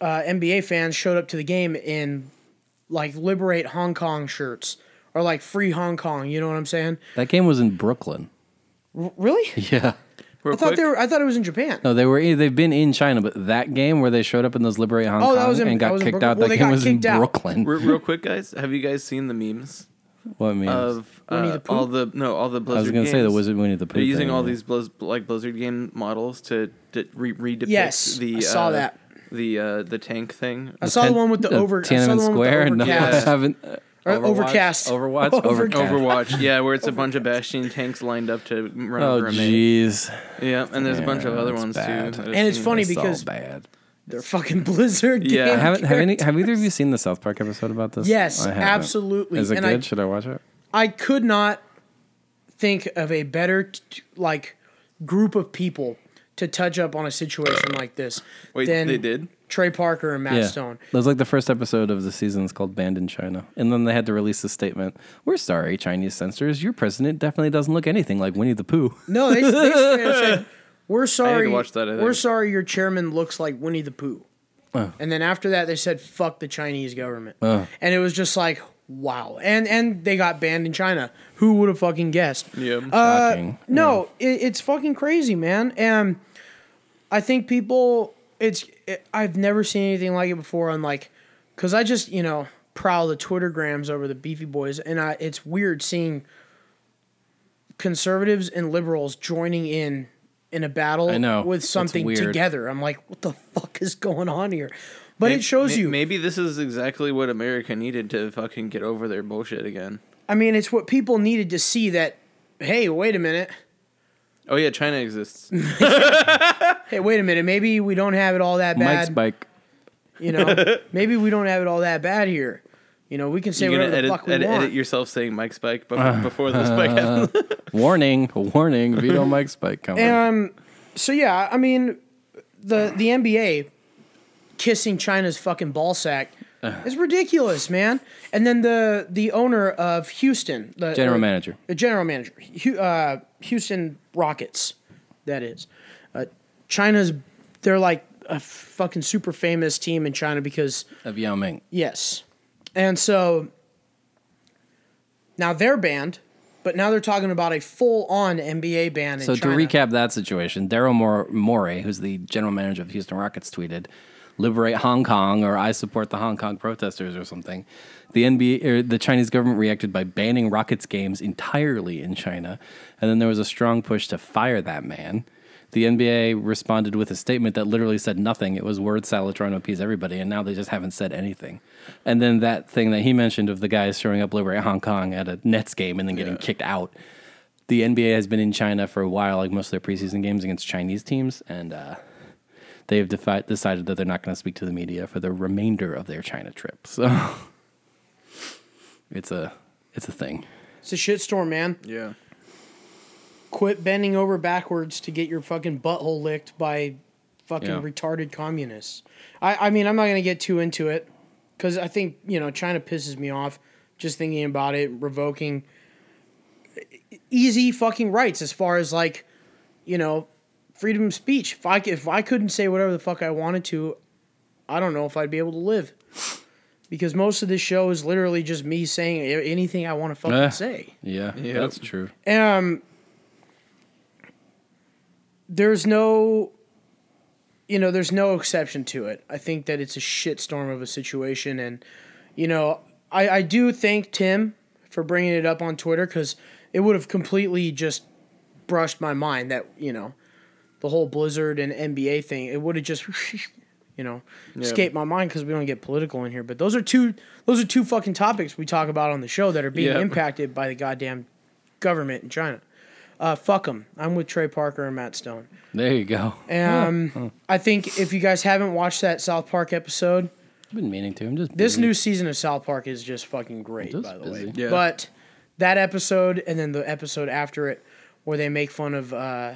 Speaker 5: uh, NBA fans showed up to the game in like liberate Hong Kong shirts or like free Hong Kong. You know what I'm saying?
Speaker 4: now. That game was in Brooklyn.
Speaker 5: Really?
Speaker 4: Yeah.
Speaker 6: Real
Speaker 5: I thought
Speaker 6: quick,
Speaker 5: they were. I thought it was in Japan.
Speaker 4: No, they were they've been in China, but that game where they showed up in those Liberate Hong
Speaker 5: Oh, that
Speaker 4: Kong
Speaker 5: was in-
Speaker 4: and
Speaker 5: that
Speaker 4: got
Speaker 5: was in
Speaker 4: kicked
Speaker 5: Brooklyn.
Speaker 4: out,
Speaker 5: Well,
Speaker 4: that
Speaker 5: they
Speaker 4: game
Speaker 5: got
Speaker 4: was in
Speaker 5: kicked out.
Speaker 4: Brooklyn.
Speaker 6: re- real quick, guys. Have you guys seen the memes
Speaker 4: What means?
Speaker 6: of
Speaker 5: Winnie
Speaker 6: uh,
Speaker 5: the Pooh.
Speaker 6: all the no all the Blizzard?
Speaker 4: I was going to say the
Speaker 6: games?
Speaker 4: Wizard Winnie the Pooh.
Speaker 6: They're using
Speaker 4: thing,
Speaker 6: all
Speaker 4: yeah.
Speaker 6: these Blizz, like Blizzard game models to, to re- redepict
Speaker 5: Yes,
Speaker 6: the
Speaker 5: I saw
Speaker 6: uh,
Speaker 5: that.
Speaker 6: the uh, the tank thing.
Speaker 5: I saw the one with the
Speaker 4: Uh,
Speaker 5: over. I saw the
Speaker 4: Tiananmen
Speaker 5: one with the
Speaker 4: Square. No, I
Speaker 5: overcast.
Speaker 4: haven't. uh,
Speaker 5: Or
Speaker 4: Overwatch-
Speaker 5: Overcast.
Speaker 4: Overwatch.
Speaker 5: Overcast.
Speaker 4: Overcast.
Speaker 6: Overwatch, yeah, where it's a bunch of Bastion tanks lined up to run
Speaker 4: Oh
Speaker 6: over a man.
Speaker 4: jeez.
Speaker 6: Yeah, and there's a bunch of
Speaker 4: Yeah,
Speaker 6: other
Speaker 4: that's
Speaker 6: ones
Speaker 4: bad.
Speaker 6: too.
Speaker 5: And it's funny
Speaker 4: That's all
Speaker 5: because-
Speaker 4: bad.
Speaker 5: They're fucking Blizzard.
Speaker 6: Yeah.
Speaker 5: game
Speaker 4: I haven't. Have any?
Speaker 5: characters.
Speaker 4: Have either of you seen the South Park episode about this?
Speaker 5: Yes,
Speaker 4: I haven't.
Speaker 5: absolutely.
Speaker 4: Is it
Speaker 5: And I-
Speaker 4: good? Should I watch it?
Speaker 5: I could not think of a better t- like group of people to touch up on a situation like this
Speaker 6: Wait,
Speaker 5: than
Speaker 6: they did?
Speaker 5: Trey Parker and Matt Stone.
Speaker 4: That was like the first episode of the season. It's called Banned in China. And then they had to release a statement. We're sorry, Chinese censors. Your president definitely doesn't look anything like Winnie the Pooh.
Speaker 5: No, they, they said we're sorry.
Speaker 6: watch that, I think.
Speaker 5: We're sorry. Your chairman looks like Winnie the Pooh. And then after that, they said fuck the Chinese government. And it was just like Wow. And and they got banned in China. Who would have fucking guessed?
Speaker 6: Yeah.
Speaker 5: Uh,
Speaker 4: Shocking.
Speaker 5: no, it, it's fucking crazy, man. And I think people, it's it, I've never seen anything like it before. On like, cause I just you know prowl the Twitter grams over the Beefy Boys, and I it's weird seeing conservatives and liberals joining in in a battle
Speaker 4: I know.
Speaker 5: with
Speaker 4: It's
Speaker 5: something
Speaker 4: weird.
Speaker 5: together. I'm like, what the fuck is going on here? But it shows
Speaker 6: May-
Speaker 5: you.
Speaker 6: Maybe this is exactly what America needed to fucking get over their bullshit again.
Speaker 5: I mean, it's what people needed to see that. Hey, wait a minute.
Speaker 6: Oh yeah, China exists.
Speaker 5: Hey, wait a minute. Maybe we don't have it all that
Speaker 4: Mike's
Speaker 5: bad.
Speaker 4: bike.
Speaker 5: You know, maybe we don't have it all that bad here. You know, we can say
Speaker 6: You're gonna
Speaker 5: whatever
Speaker 6: edit,
Speaker 5: the fuck we
Speaker 6: edit,
Speaker 5: want.
Speaker 6: edit yourself saying Mike Spike before, before this spike happens.
Speaker 4: Warning, warning, veto Mike's bike coming.
Speaker 5: um, so yeah, I mean, the the NBA kissing China's fucking ball sack is ridiculous, man. And then the the owner of Houston, the
Speaker 4: General
Speaker 5: or-
Speaker 4: manager.
Speaker 5: the general manager, Hu- uh, Houston Rockets, that is. Uh, China's they're like a fucking super famous team in China because
Speaker 4: of Yao Ming.
Speaker 5: Yes. And so now they're banned, but now they're talking about a full on NBA ban in
Speaker 4: So
Speaker 5: China.
Speaker 4: to recap that situation, Daryl Mor- Morey, who's the general manager of the Houston Rockets, tweeted, "Liberate Hong Kong," or "I support the Hong Kong protesters," or something. The NBA, or er, the Chinese government reacted by banning Rockets games entirely in China, and then there was a strong push to fire that man. The NBA responded with a statement that literally said nothing. It was word salad trying to appease everybody, and now they just haven't said anything. And then that thing that he mentioned of the guys showing up liberate Hong Kong at a Nets game and then getting kicked out the NBA has been in China for a while, like most of their preseason games against Chinese teams, and uh, they have defi- decided that they're not going to speak to the media for the remainder of their China trip. So it's a it's a thing.
Speaker 5: it's a shitstorm, man.
Speaker 6: yeah.
Speaker 5: Quit bending over backwards to get your fucking butthole licked by fucking
Speaker 4: Yeah.
Speaker 5: retarded communists. I, I mean, I'm not going to get too into it because I think, you know, China pisses me off just thinking about it, revoking easy fucking rights as far as like, you know, freedom of speech. If I, c- if I couldn't say whatever the fuck I wanted to, I don't know if I'd be able to live. Because most of this show is literally just me saying a- anything I want to fucking
Speaker 4: Eh.
Speaker 5: say.
Speaker 4: Yeah,
Speaker 6: Yeah.
Speaker 4: that's true.
Speaker 5: Um, there's no, you know, there's no exception to it. I think that it's a shitstorm of a situation, and you know, I I do thank Tim for bringing it up on Twitter because it would have completely just brushed my mind that you know, the whole Blizzard and NBA thing. It would have just. You know, escaped my mind because we don't get political in here. But those are two, those are two fucking topics we talk about on the show that are being
Speaker 6: Yeah.
Speaker 5: impacted by the goddamn government in China. Uh, fuck them. I'm with Trey Parker and Matt Stone.
Speaker 4: There you go.
Speaker 5: Um, I think if you guys haven't watched that South Park episode,
Speaker 4: I've been meaning to. I'm just
Speaker 5: this
Speaker 4: busy.
Speaker 5: new season of South Park is just fucking great,
Speaker 4: Just
Speaker 5: by the
Speaker 4: busy.
Speaker 5: way.
Speaker 6: Yeah.
Speaker 5: But that episode and then the episode after it, where they make fun of uh,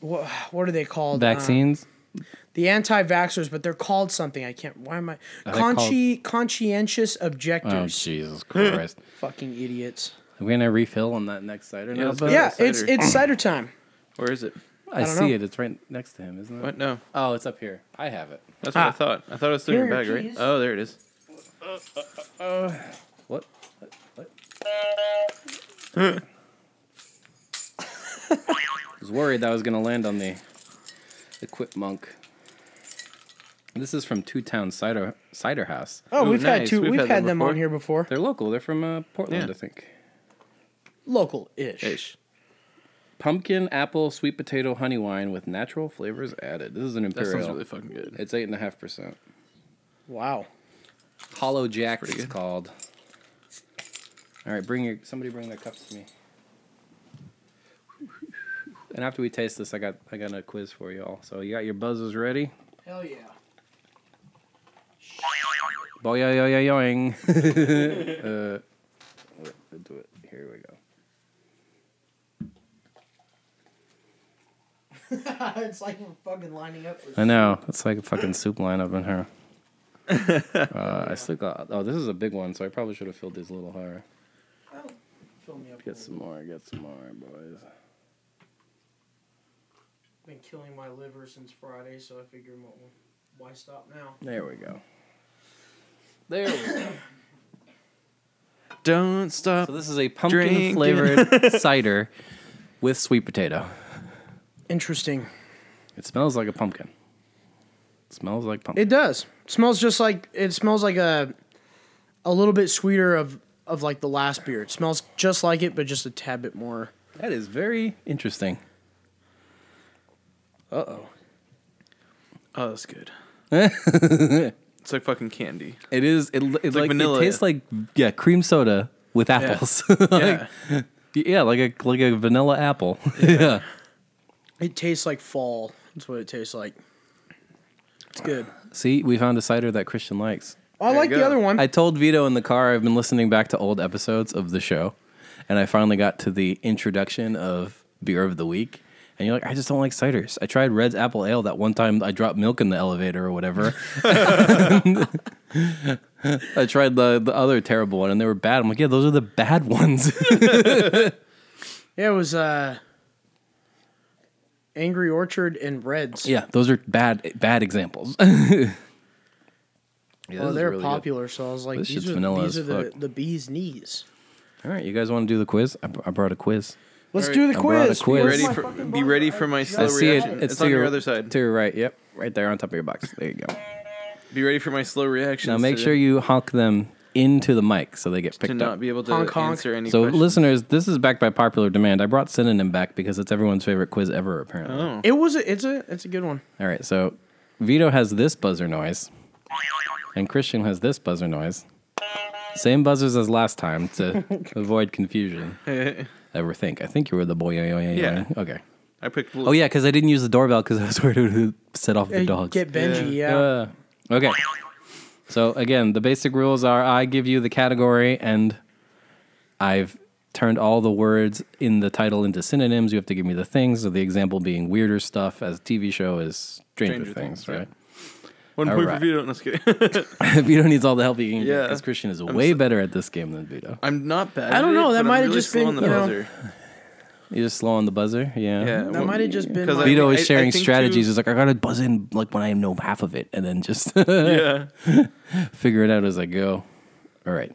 Speaker 5: what what are they called? Uh,
Speaker 4: vaccines.
Speaker 5: the anti-vaxxers, but they're called something. I can't. Why am I?
Speaker 4: Are they called-
Speaker 5: Consci- conscientious
Speaker 4: oh
Speaker 5: objectors.
Speaker 4: Jesus Christ!
Speaker 5: fucking idiots.
Speaker 4: We're gonna refill on that next cider
Speaker 6: Yeah,
Speaker 4: now.
Speaker 6: let's
Speaker 4: But
Speaker 6: go.
Speaker 5: Yeah,
Speaker 6: Oh, cider.
Speaker 5: it's it's cider time.
Speaker 6: Where is it?
Speaker 4: I,
Speaker 5: don't
Speaker 4: see
Speaker 5: know.
Speaker 4: it. It's right next to him, isn't it?
Speaker 6: What? No,
Speaker 4: Oh, it's up here. I have it.
Speaker 6: that's what I thought. I thought it was still in your
Speaker 5: Here,
Speaker 6: bag, right?
Speaker 5: geez.
Speaker 6: Oh, there it is.
Speaker 4: What? What? What? I was worried that I was going to land on the equip monk. This is from Two Town Cider Cider House.
Speaker 5: Oh,
Speaker 6: Ooh,
Speaker 5: we've had
Speaker 6: nice.
Speaker 5: two.
Speaker 6: We've
Speaker 5: We've,
Speaker 6: had
Speaker 5: had,
Speaker 6: them
Speaker 5: them
Speaker 6: before.
Speaker 5: on here before.
Speaker 4: They're local. They're from uh, Portland,
Speaker 6: Yeah.
Speaker 4: I think.
Speaker 5: Local ish.
Speaker 6: Ish.
Speaker 4: Pumpkin, apple, sweet potato, honey wine with natural flavors added. This is an
Speaker 6: That
Speaker 4: imperial.
Speaker 6: sounds really fucking good.
Speaker 4: it's eight and a half percent.
Speaker 5: Wow.
Speaker 4: Hollow Jack it's
Speaker 6: good.
Speaker 4: called. All right, bring your somebody bring their cups to me. And after we taste this, I got I got a quiz for you all. So you got your buzzers ready?
Speaker 5: Hell yeah.
Speaker 4: Boy yo yo yo yoing. uh, wait, we'll do it. Here we go.
Speaker 5: it's like we're fucking lining up. For
Speaker 4: I know it's like a fucking soup lineup in here. Uh, I still got. Oh, this is a big one, so I probably should have filled these a little higher.
Speaker 5: Fill me up.
Speaker 4: Get some more. Get some more, boys.
Speaker 5: Been killing my liver since Friday, so I figure why stop now?
Speaker 4: There we go. There we go.
Speaker 6: Don't stop.
Speaker 4: So this is a pumpkin flavored cider with sweet potato.
Speaker 5: Interesting.
Speaker 4: It smells like a pumpkin. It smells like pumpkin.
Speaker 5: It does. It smells just like it smells like a a little bit sweeter of of like the last beer. It smells just like it, but just a tad bit more.
Speaker 4: that is very interesting.
Speaker 6: oh, that's good. it's like fucking candy.
Speaker 4: It is. It, it's like,
Speaker 6: vanilla.
Speaker 4: It tastes like yeah, cream soda with apples. Yeah, like,
Speaker 6: Yeah.
Speaker 4: yeah, like a like a vanilla apple. yeah.
Speaker 5: It tastes like fall. That's what it tastes like. It's good. Oh,
Speaker 4: See, we found a cider that Christian likes.
Speaker 5: I
Speaker 6: you
Speaker 5: like the
Speaker 6: go.
Speaker 5: other one.
Speaker 4: I told Vito in the car I've been listening back to old episodes of the show, and I finally got to the introduction of beer of the week. And you're like, I just don't like ciders. I tried Red's Apple Ale that one time. I dropped milk in the elevator or whatever. I tried the the other terrible one, and they were bad. I'm like, yeah, those are the bad ones.
Speaker 5: yeah, it was uh Angry Orchard and Reds.
Speaker 4: yeah, those are bad bad examples. Yeah,
Speaker 5: well,
Speaker 4: this is
Speaker 5: they're
Speaker 4: really good.
Speaker 5: popular, so I was like,
Speaker 4: This
Speaker 5: these
Speaker 4: shit's
Speaker 5: are,
Speaker 4: vanilla
Speaker 5: these are
Speaker 4: as
Speaker 5: the,
Speaker 4: fuck.
Speaker 5: the bee's knees.
Speaker 4: All right, you guys want to do the quiz? I, br- I brought a quiz.
Speaker 5: Let's do the
Speaker 4: I brought a
Speaker 5: quiz.
Speaker 4: quiz. Yes.
Speaker 6: Be ready
Speaker 4: My
Speaker 6: for be ready for my slow
Speaker 4: I see it.
Speaker 6: reaction.
Speaker 4: It's,
Speaker 6: It's,
Speaker 4: to
Speaker 6: on your, other side.
Speaker 4: To your right. Yep. Right there on top of your box. There you go.
Speaker 6: Be ready for my slow reaction.
Speaker 4: Now make sure you honk them into the mic so they get
Speaker 6: to
Speaker 4: picked
Speaker 6: not
Speaker 4: up.
Speaker 6: be able to
Speaker 5: Honk, honk.
Speaker 6: answer any.
Speaker 4: So
Speaker 6: questions.
Speaker 4: listeners, this is back by popular demand. I brought synonym back because it's everyone's favorite quiz ever apparently.
Speaker 6: Oh.
Speaker 5: It was a, it's a it's a good one.
Speaker 4: All right. So Vito has this buzzer noise and Christian has this buzzer noise. Same buzzers as last time
Speaker 6: Oh
Speaker 4: to avoid confusion. I ever think. I think you were the boy.
Speaker 6: Yeah.
Speaker 4: Okay.
Speaker 6: I picked.
Speaker 4: Oh yeah, cuz I didn't use the doorbell cuz I was worried it would set off the
Speaker 5: Hey,
Speaker 4: dogs.
Speaker 5: Get Benji, yeah.
Speaker 4: Uh, okay. So again, the basic rules are: I give you the category, and I've turned all the words in the title into synonyms. You have to give me the things. So the example being weirder stuff, as a TV show is Stranger,
Speaker 6: Stranger
Speaker 4: Things,
Speaker 6: Things,
Speaker 4: right?
Speaker 6: One
Speaker 4: All
Speaker 6: point
Speaker 4: right.
Speaker 6: for Vito. No, just kidding.
Speaker 4: Vito needs all the help he can get
Speaker 6: Yeah.
Speaker 4: because Christian is way better at this game than Vito.
Speaker 6: I'm not bad.
Speaker 5: I don't
Speaker 6: at it,
Speaker 5: know, that
Speaker 6: but I'm
Speaker 5: might have
Speaker 6: really
Speaker 5: just
Speaker 6: slow
Speaker 5: been,
Speaker 6: on the
Speaker 5: you know,
Speaker 6: buzzer.
Speaker 4: You're just slow on the buzzer. Yeah.
Speaker 6: Yeah.
Speaker 5: That
Speaker 6: well,
Speaker 5: might have just been
Speaker 6: 'cause
Speaker 5: my-
Speaker 6: I
Speaker 4: Vito
Speaker 6: think-
Speaker 4: is
Speaker 6: I- I
Speaker 4: sharing
Speaker 6: think too-
Speaker 4: strategies. He's like, I gotta buzz in like when I know half of it, and then just
Speaker 6: Yeah.
Speaker 4: figure it out as I go. All right.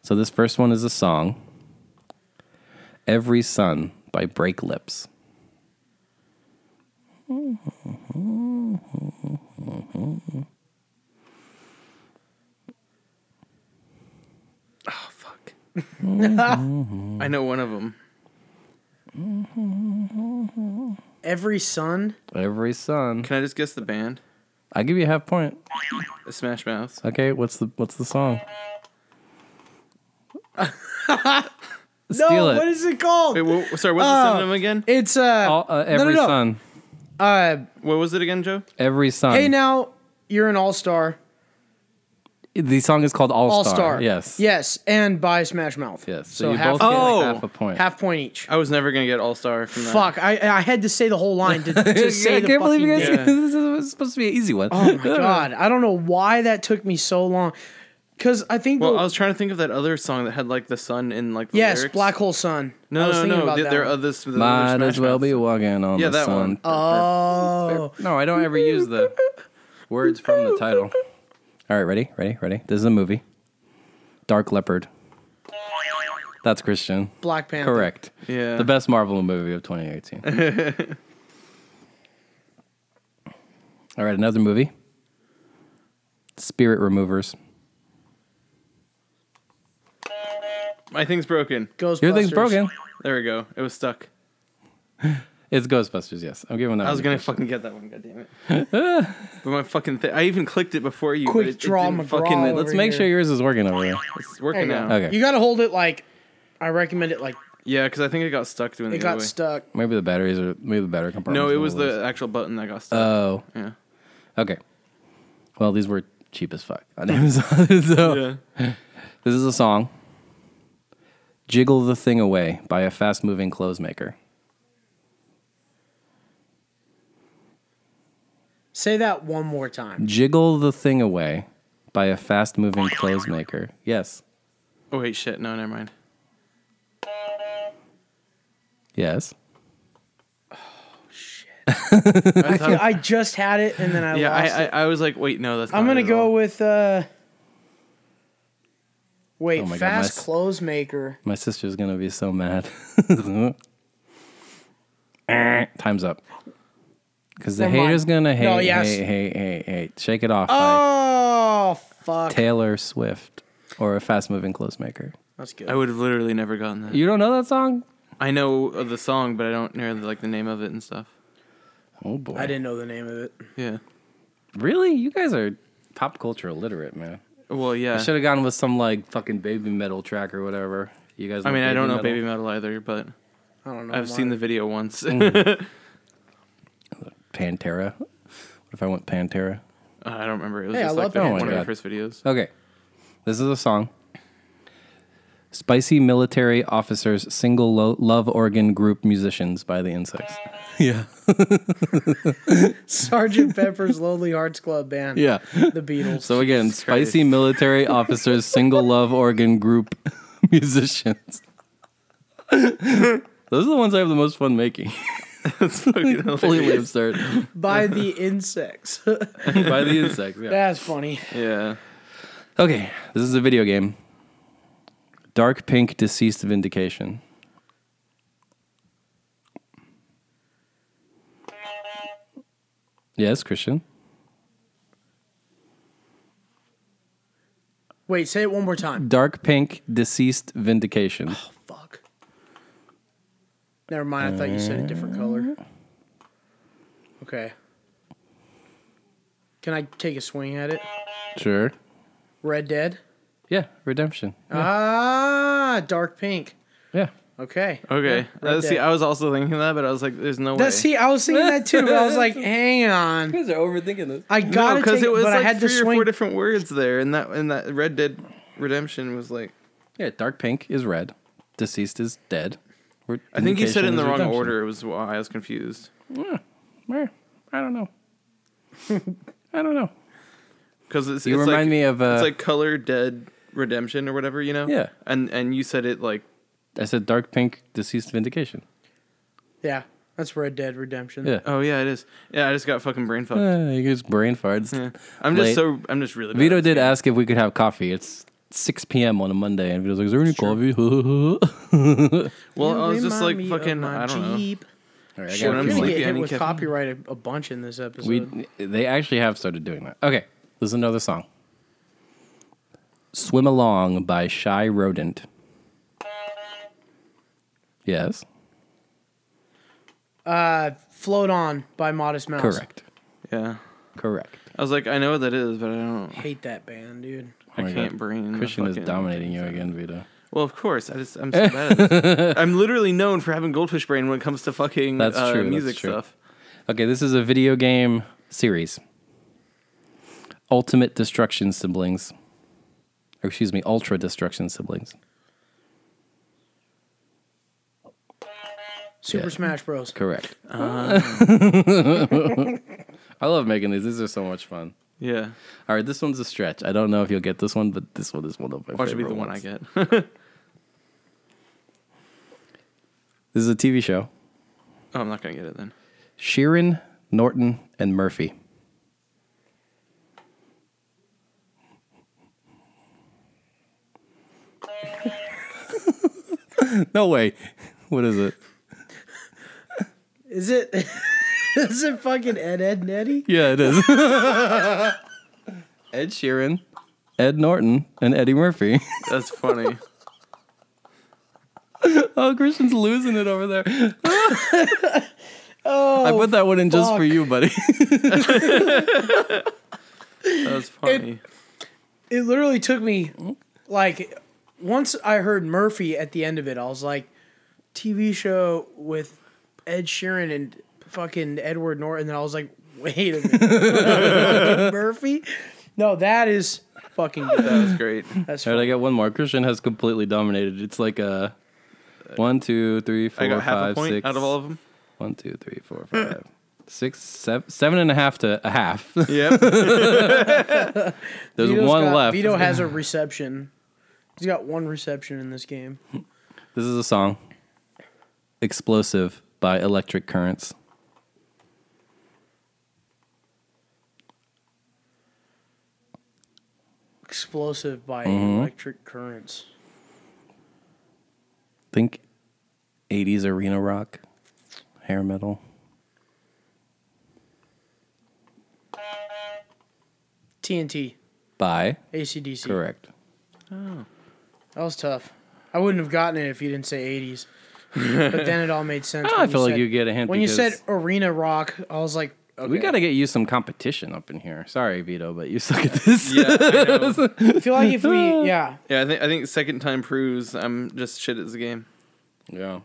Speaker 4: So this first one is a song. Every Sun by Break Lips.
Speaker 6: Oh fuck. I know one of them.
Speaker 5: Every Sun.
Speaker 4: Every Sun.
Speaker 6: Can I just guess the band?
Speaker 4: I give you a half point.
Speaker 6: Smash Mouth.
Speaker 4: Okay, what's the what's the song?
Speaker 5: no,
Speaker 4: Steal it.
Speaker 5: what is it called?
Speaker 6: Wait, what, sorry. What's the
Speaker 5: Oh.
Speaker 6: synonym again?
Speaker 5: it's uh,
Speaker 4: All- uh,
Speaker 5: no,
Speaker 4: every
Speaker 5: no.
Speaker 4: Sun.
Speaker 5: uh
Speaker 6: What was it again, Joe?
Speaker 4: Every Sun.
Speaker 5: Hey now, you're an all star.
Speaker 4: the song is called All,
Speaker 5: All
Speaker 4: Star.
Speaker 5: star.
Speaker 4: Yes.
Speaker 5: Yes, and by Smash Mouth.
Speaker 4: Yes. So,
Speaker 5: So,
Speaker 4: you
Speaker 5: half
Speaker 4: both get
Speaker 6: Oh.
Speaker 4: half a point.
Speaker 5: half point each.
Speaker 6: I was never gonna get All Star from that.
Speaker 5: Fuck, I I had to say the whole line to, to say
Speaker 4: I
Speaker 5: the
Speaker 4: can't believe you
Speaker 5: fucking
Speaker 4: guys.
Speaker 5: name.
Speaker 6: name.
Speaker 4: this is supposed to be an easy one.
Speaker 5: Oh my god, I don't know why that took me so long. Cause I think
Speaker 6: Well,
Speaker 5: the,
Speaker 6: I was trying to think of that other song that had like the sun in like the
Speaker 5: yes,
Speaker 6: lyrics.
Speaker 5: Black Hole Sun.
Speaker 6: No,
Speaker 5: I was
Speaker 6: no,
Speaker 5: thinking
Speaker 6: no.
Speaker 5: About
Speaker 6: th-
Speaker 5: that
Speaker 6: there
Speaker 5: one.
Speaker 6: are others. there are
Speaker 4: Might
Speaker 6: Smash
Speaker 4: as well
Speaker 6: Mouths.
Speaker 4: be walking on
Speaker 6: Yeah,
Speaker 4: the
Speaker 6: that
Speaker 4: sun.
Speaker 6: one.
Speaker 5: Oh,
Speaker 4: No, I don't ever use the words from the title. All right, ready, ready, ready. This is a movie. Dark Leopard. That's Christian.
Speaker 5: Black Panther.
Speaker 4: Correct.
Speaker 6: Yeah.
Speaker 4: The best Marvel movie of 2018. All right, another movie. Spirit Removers.
Speaker 6: My thing's broken.
Speaker 5: Ghostbusters.
Speaker 4: Your thing's broken.
Speaker 6: There we go. It was stuck.
Speaker 4: It's Ghostbusters, yes. I'm giving that
Speaker 6: I was
Speaker 4: one
Speaker 6: gonna fucking get that one. God damn it. but my fucking thing. I even clicked it before you.
Speaker 5: Quick
Speaker 6: but it,
Speaker 5: draw
Speaker 6: it didn't
Speaker 5: McGraw.
Speaker 6: fucking.
Speaker 5: Over
Speaker 4: Let's make
Speaker 5: here.
Speaker 4: sure yours is working over here.
Speaker 6: It's
Speaker 5: There
Speaker 6: working
Speaker 5: you
Speaker 6: now.
Speaker 5: go.
Speaker 4: Okay.
Speaker 5: You gotta hold it like I recommend it like
Speaker 6: Yeah, because I think it got stuck doing
Speaker 5: it
Speaker 6: the
Speaker 5: got
Speaker 6: other way.
Speaker 5: stuck.
Speaker 4: Maybe the batteries are maybe the battery compartment.
Speaker 6: No, it was the actual button that got stuck.
Speaker 4: Oh.
Speaker 6: yeah.
Speaker 4: Okay. Well, these were cheap as fuck on Amazon. so
Speaker 6: Yeah.
Speaker 4: this is a song. Jiggle the Thing Away by a fast moving clothes maker.
Speaker 5: Say that one more time.
Speaker 4: Jiggle the Thing Away by a fast moving clothes maker. Yes.
Speaker 6: Oh wait, shit. No, never mind.
Speaker 4: Yes.
Speaker 6: I thought,
Speaker 5: I just had it and then I
Speaker 6: yeah,
Speaker 5: lost it.
Speaker 6: I, I I was like, wait, no, that's.
Speaker 5: I'm
Speaker 6: not
Speaker 5: gonna
Speaker 6: it at
Speaker 5: go
Speaker 6: all.
Speaker 5: with uh Wait,
Speaker 4: Oh my God,
Speaker 5: fast
Speaker 4: my s-
Speaker 5: clothes maker.
Speaker 4: My sister's gonna be so mad. Time's up. Because the
Speaker 5: Never mind.
Speaker 4: hater's gonna hate,
Speaker 5: No, yes.
Speaker 4: hate, hate, hate, hate. Shake it off by
Speaker 5: Oh fuck.
Speaker 4: Taylor Swift or a fast-moving clothes maker.
Speaker 5: That's good.
Speaker 6: I would have literally never gotten that.
Speaker 4: You don't know that song?
Speaker 6: I know of the song, but I don't know like the name of it and stuff.
Speaker 4: Oh boy!
Speaker 5: I didn't know the name of it.
Speaker 6: Yeah.
Speaker 4: Really? You guys are pop culture illiterate, man.
Speaker 6: Well, yeah.
Speaker 4: I should have gone with some like fucking baby metal track or whatever. You guys.
Speaker 6: I mean, I don't know
Speaker 4: metal?
Speaker 6: baby metal either, but
Speaker 5: I don't know.
Speaker 6: I've seen the
Speaker 5: Mark.
Speaker 6: video once.
Speaker 4: Mm. Pantera. What if I went Pantera?
Speaker 6: I don't remember. It was
Speaker 5: Hey, I
Speaker 6: just
Speaker 5: love
Speaker 6: like the,
Speaker 5: that
Speaker 6: one
Speaker 4: one.
Speaker 6: of
Speaker 4: Oh my
Speaker 6: the
Speaker 4: God.
Speaker 6: first videos.
Speaker 4: Okay. This is a song. Spicy military officers, single lo- love organ group musicians by the Insects. Yeah.
Speaker 5: Sergeant Pepper's Lonely Hearts Club Band.
Speaker 4: Yeah.
Speaker 5: The Beatles.
Speaker 4: So again, spicy military officers, single love organ group musicians. Those are the ones I have the most fun making. Completely absurd.
Speaker 5: by the insects.
Speaker 4: By the insects. Yeah.
Speaker 5: That's funny.
Speaker 6: Yeah.
Speaker 4: Okay, this is a video game. Dark Pink Deceased Vindication. Yes, Christian.
Speaker 5: Wait, say it one more time.
Speaker 4: Dark Pink Deceased Vindication.
Speaker 5: Fuck. Never mind. I thought you said a different color. Okay. Can I take a swing at it?
Speaker 4: Sure.
Speaker 5: Red Dead.
Speaker 4: Yeah, Redemption.
Speaker 5: Ah, dark pink.
Speaker 4: Yeah.
Speaker 5: Okay.
Speaker 6: Okay.
Speaker 5: Red
Speaker 6: Uh, see,
Speaker 5: Dead.
Speaker 6: I was also thinking that, but I was like, there's no
Speaker 5: That,
Speaker 6: way.
Speaker 5: see, I was thinking that too. I was like, hang on.
Speaker 4: guys are overthinking this.
Speaker 5: I
Speaker 6: no,
Speaker 5: got to
Speaker 6: because
Speaker 5: take
Speaker 6: it was
Speaker 5: but
Speaker 6: like
Speaker 5: I had to
Speaker 6: three or four
Speaker 5: swing.
Speaker 6: different words there, and that and that Red Dead Redemption was like.
Speaker 4: Yeah, Dark Pink is red. Deceased is dead. Re-
Speaker 6: I think you said
Speaker 4: Vindication
Speaker 6: it in the
Speaker 4: is
Speaker 6: wrong
Speaker 4: redemption.
Speaker 6: order. It was why I was confused.
Speaker 4: Eh, I don't know. I don't know.
Speaker 6: Because it's,
Speaker 4: You
Speaker 6: it's
Speaker 4: remind
Speaker 6: like,
Speaker 4: me of, uh,
Speaker 6: it's like color dead redemption or whatever you know.
Speaker 4: Yeah.
Speaker 6: And and you said it like
Speaker 4: I said Dark Pink Deceased Vindication.
Speaker 5: Yeah, that's Red Dead Redemption.
Speaker 4: Yeah.
Speaker 6: oh yeah it is yeah I just got fucking brain fucked.
Speaker 4: Uh, you guys brain farts.
Speaker 6: Yeah. I'm
Speaker 4: Late.
Speaker 6: just so I'm just really bad
Speaker 4: Vito
Speaker 6: at
Speaker 4: did ask if we could have coffee. It's 6 p.m. on a Monday, and Vito's like, "Is there any coffee?"
Speaker 6: this. Well, I was just
Speaker 5: Remind
Speaker 6: like
Speaker 5: me of
Speaker 6: fucking
Speaker 5: my
Speaker 6: I don't know.
Speaker 5: Jeep.
Speaker 4: Alright, I
Speaker 5: Shit,
Speaker 4: gotta
Speaker 5: I'm
Speaker 6: I'm
Speaker 4: pee.
Speaker 5: gonna
Speaker 6: sleepy.
Speaker 5: get
Speaker 6: I
Speaker 5: hit
Speaker 6: need
Speaker 5: with
Speaker 6: caffeine.
Speaker 5: copyright a, a bunch in this episode.
Speaker 4: we they actually have started doing that. Okay, this is another song. "Swim Along" by Shy Rodent. Yes,
Speaker 5: Float on by Modest Mouse.
Speaker 4: correct,
Speaker 6: Yeah.
Speaker 4: correct. Oh
Speaker 6: I was like I know what that is, but I don't.
Speaker 5: Hate that band, dude.
Speaker 6: I
Speaker 4: my
Speaker 6: can't
Speaker 4: God.
Speaker 6: brain. the
Speaker 4: Christian is
Speaker 6: fucking-
Speaker 4: dominating you again, Vito.
Speaker 6: Well, of course. I just I'm so bad. At this. I'm literally known for having goldfish brain when it comes to fucking
Speaker 4: That's
Speaker 6: uh,
Speaker 4: true, that's
Speaker 6: music
Speaker 4: true.
Speaker 6: stuff.
Speaker 4: Okay, this is a video game series. Ultimate Destruction Siblings. Or excuse me, Ultra Destruction Siblings.
Speaker 5: Super
Speaker 4: Yeah.
Speaker 5: Smash Bros.
Speaker 4: Correct. Ah. I love making these. These are so much fun.
Speaker 6: Yeah.
Speaker 4: All right, this one's a stretch. I don't know if you'll get this one, but this one is one of my
Speaker 6: Watch it
Speaker 4: favorite
Speaker 6: be the one I
Speaker 4: ones.
Speaker 6: get.
Speaker 4: This is a TV show.
Speaker 6: oh, I'm not gonna get it then.
Speaker 4: Sheeran, Norton, and Murphy. no way. What is it?
Speaker 5: Is it? is it fucking Ed Ed Netty?
Speaker 4: Yeah, it is. Ed Sheeran, Ed Norton, and Eddie Murphy.
Speaker 6: That's funny.
Speaker 4: Oh, Christian's losing it over there. I put that one in just for
Speaker 5: fuck.
Speaker 4: you, buddy.
Speaker 6: That's funny.
Speaker 5: It literally took me like once I heard Murphy at the end of it, I was like, TV show with Ed Sheeran and fucking Edward Norton. And I was like, wait a minute, Murphy? No, that is fucking good.
Speaker 6: that was great.
Speaker 5: That's
Speaker 4: All right, I
Speaker 5: fun.
Speaker 4: got one more. Christian has completely dominated. It's like a uh, one, two, three,
Speaker 6: I
Speaker 4: four,
Speaker 6: got half a
Speaker 4: five,
Speaker 6: point
Speaker 4: six.
Speaker 6: out of all of them.
Speaker 4: One, two, three, four, five, six, seven, seven and a half to a half.
Speaker 6: Yep.
Speaker 4: There's
Speaker 5: Vito's
Speaker 4: one
Speaker 5: got-
Speaker 4: left.
Speaker 5: Vito has a reception. He's got one reception in this game.
Speaker 4: This is a song, "Explosive" by Electric Currents.
Speaker 5: explosive by
Speaker 4: Mm-hmm.
Speaker 5: electric currents.
Speaker 4: Think 80s arena rock, hair metal.
Speaker 5: TNT,
Speaker 4: By?
Speaker 5: ACDC.
Speaker 4: Correct.
Speaker 5: That was tough. I wouldn't have gotten it if you didn't say 80s. but then it all made sense.
Speaker 4: Ah, I
Speaker 5: when
Speaker 4: feel like
Speaker 5: said-
Speaker 4: you get a hint
Speaker 5: When you
Speaker 4: because-
Speaker 5: said arena rock, I was like, okay.
Speaker 4: We got to get you some competition up in here. Sorry, Vito, but you suck at this.
Speaker 6: Yeah, I know.
Speaker 5: I feel like if we, yeah,
Speaker 6: yeah. I think I think second time proves I'm just shit at the game.
Speaker 4: yeah.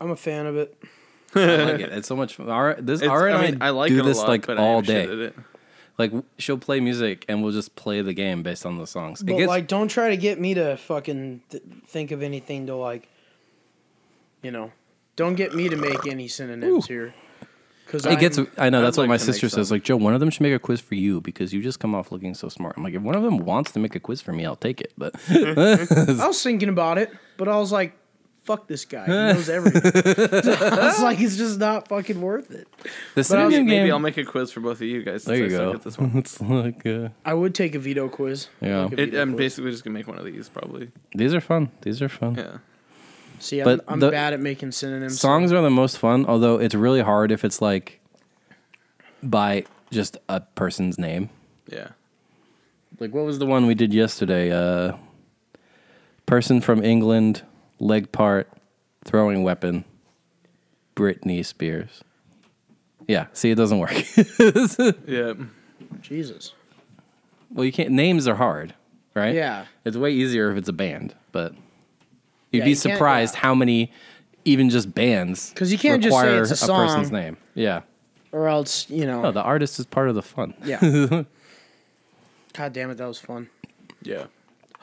Speaker 5: I'm a fan of it.
Speaker 4: I like it. It's so much fun. Our, this,
Speaker 6: It's,
Speaker 4: our
Speaker 6: I mean, I like
Speaker 4: do
Speaker 6: it a
Speaker 4: this
Speaker 6: lot,
Speaker 4: like
Speaker 6: but I
Speaker 4: all
Speaker 6: am shit
Speaker 4: day.
Speaker 6: at it.
Speaker 4: Like w- she'll play music and we'll just play the game based on the songs.
Speaker 5: But
Speaker 4: it gets,
Speaker 5: like, don't try to get me to fucking th- think of anything to like, you know, don't get me to make any synonyms here. Because
Speaker 4: it gets. I know that's
Speaker 6: I'd
Speaker 4: what my
Speaker 6: like to make
Speaker 4: sister says.
Speaker 6: some.
Speaker 4: Like Joe, one of them should make a quiz for you because you just come off looking so smart. I'm like, if one of them wants to make a quiz for me, I'll take it. But
Speaker 5: I was thinking about it, but I was like, fuck this guy. He knows everything. I was like, it's just not fucking worth it.
Speaker 4: the
Speaker 5: I was-
Speaker 4: synonym
Speaker 6: Maybe
Speaker 4: game.
Speaker 6: I'll make a quiz for both of you guys.
Speaker 4: there
Speaker 6: Since
Speaker 4: you
Speaker 6: I suck
Speaker 4: go.
Speaker 6: At this one.
Speaker 4: it's like uh,
Speaker 5: I would take a veto quiz.
Speaker 4: Yeah.
Speaker 5: Like a
Speaker 6: It, um,
Speaker 5: veto
Speaker 6: I'm
Speaker 5: quiz.
Speaker 6: basically just gonna make one of these probably.
Speaker 4: these are fun. These are fun.
Speaker 6: Yeah.
Speaker 5: See, I'm,
Speaker 4: but
Speaker 5: I'm
Speaker 4: the-
Speaker 5: bad at making synonyms.
Speaker 4: Songs are the most fun, although it's really hard if it's like by just a person's name.
Speaker 6: Yeah.
Speaker 4: Like what was the one we did yesterday? Uh person from England, leg part, throwing weapon, Britney Spears. Yeah, see it doesn't work.
Speaker 6: Yeah.
Speaker 5: Jesus.
Speaker 4: well, you can't names are hard, right?
Speaker 5: Yeah.
Speaker 4: It's way easier if it's a band, but you'd
Speaker 5: Yeah,
Speaker 4: be
Speaker 5: you can't-
Speaker 4: surprised
Speaker 5: yeah.
Speaker 4: how many even just bands
Speaker 5: 'Cause you can't just say
Speaker 4: require
Speaker 5: it's a
Speaker 4: person's
Speaker 5: song.
Speaker 4: name. Yeah.
Speaker 5: Or else, you know.
Speaker 4: No, the artist is part of the fun.
Speaker 5: yeah. God damn it, that was fun.
Speaker 6: Yeah.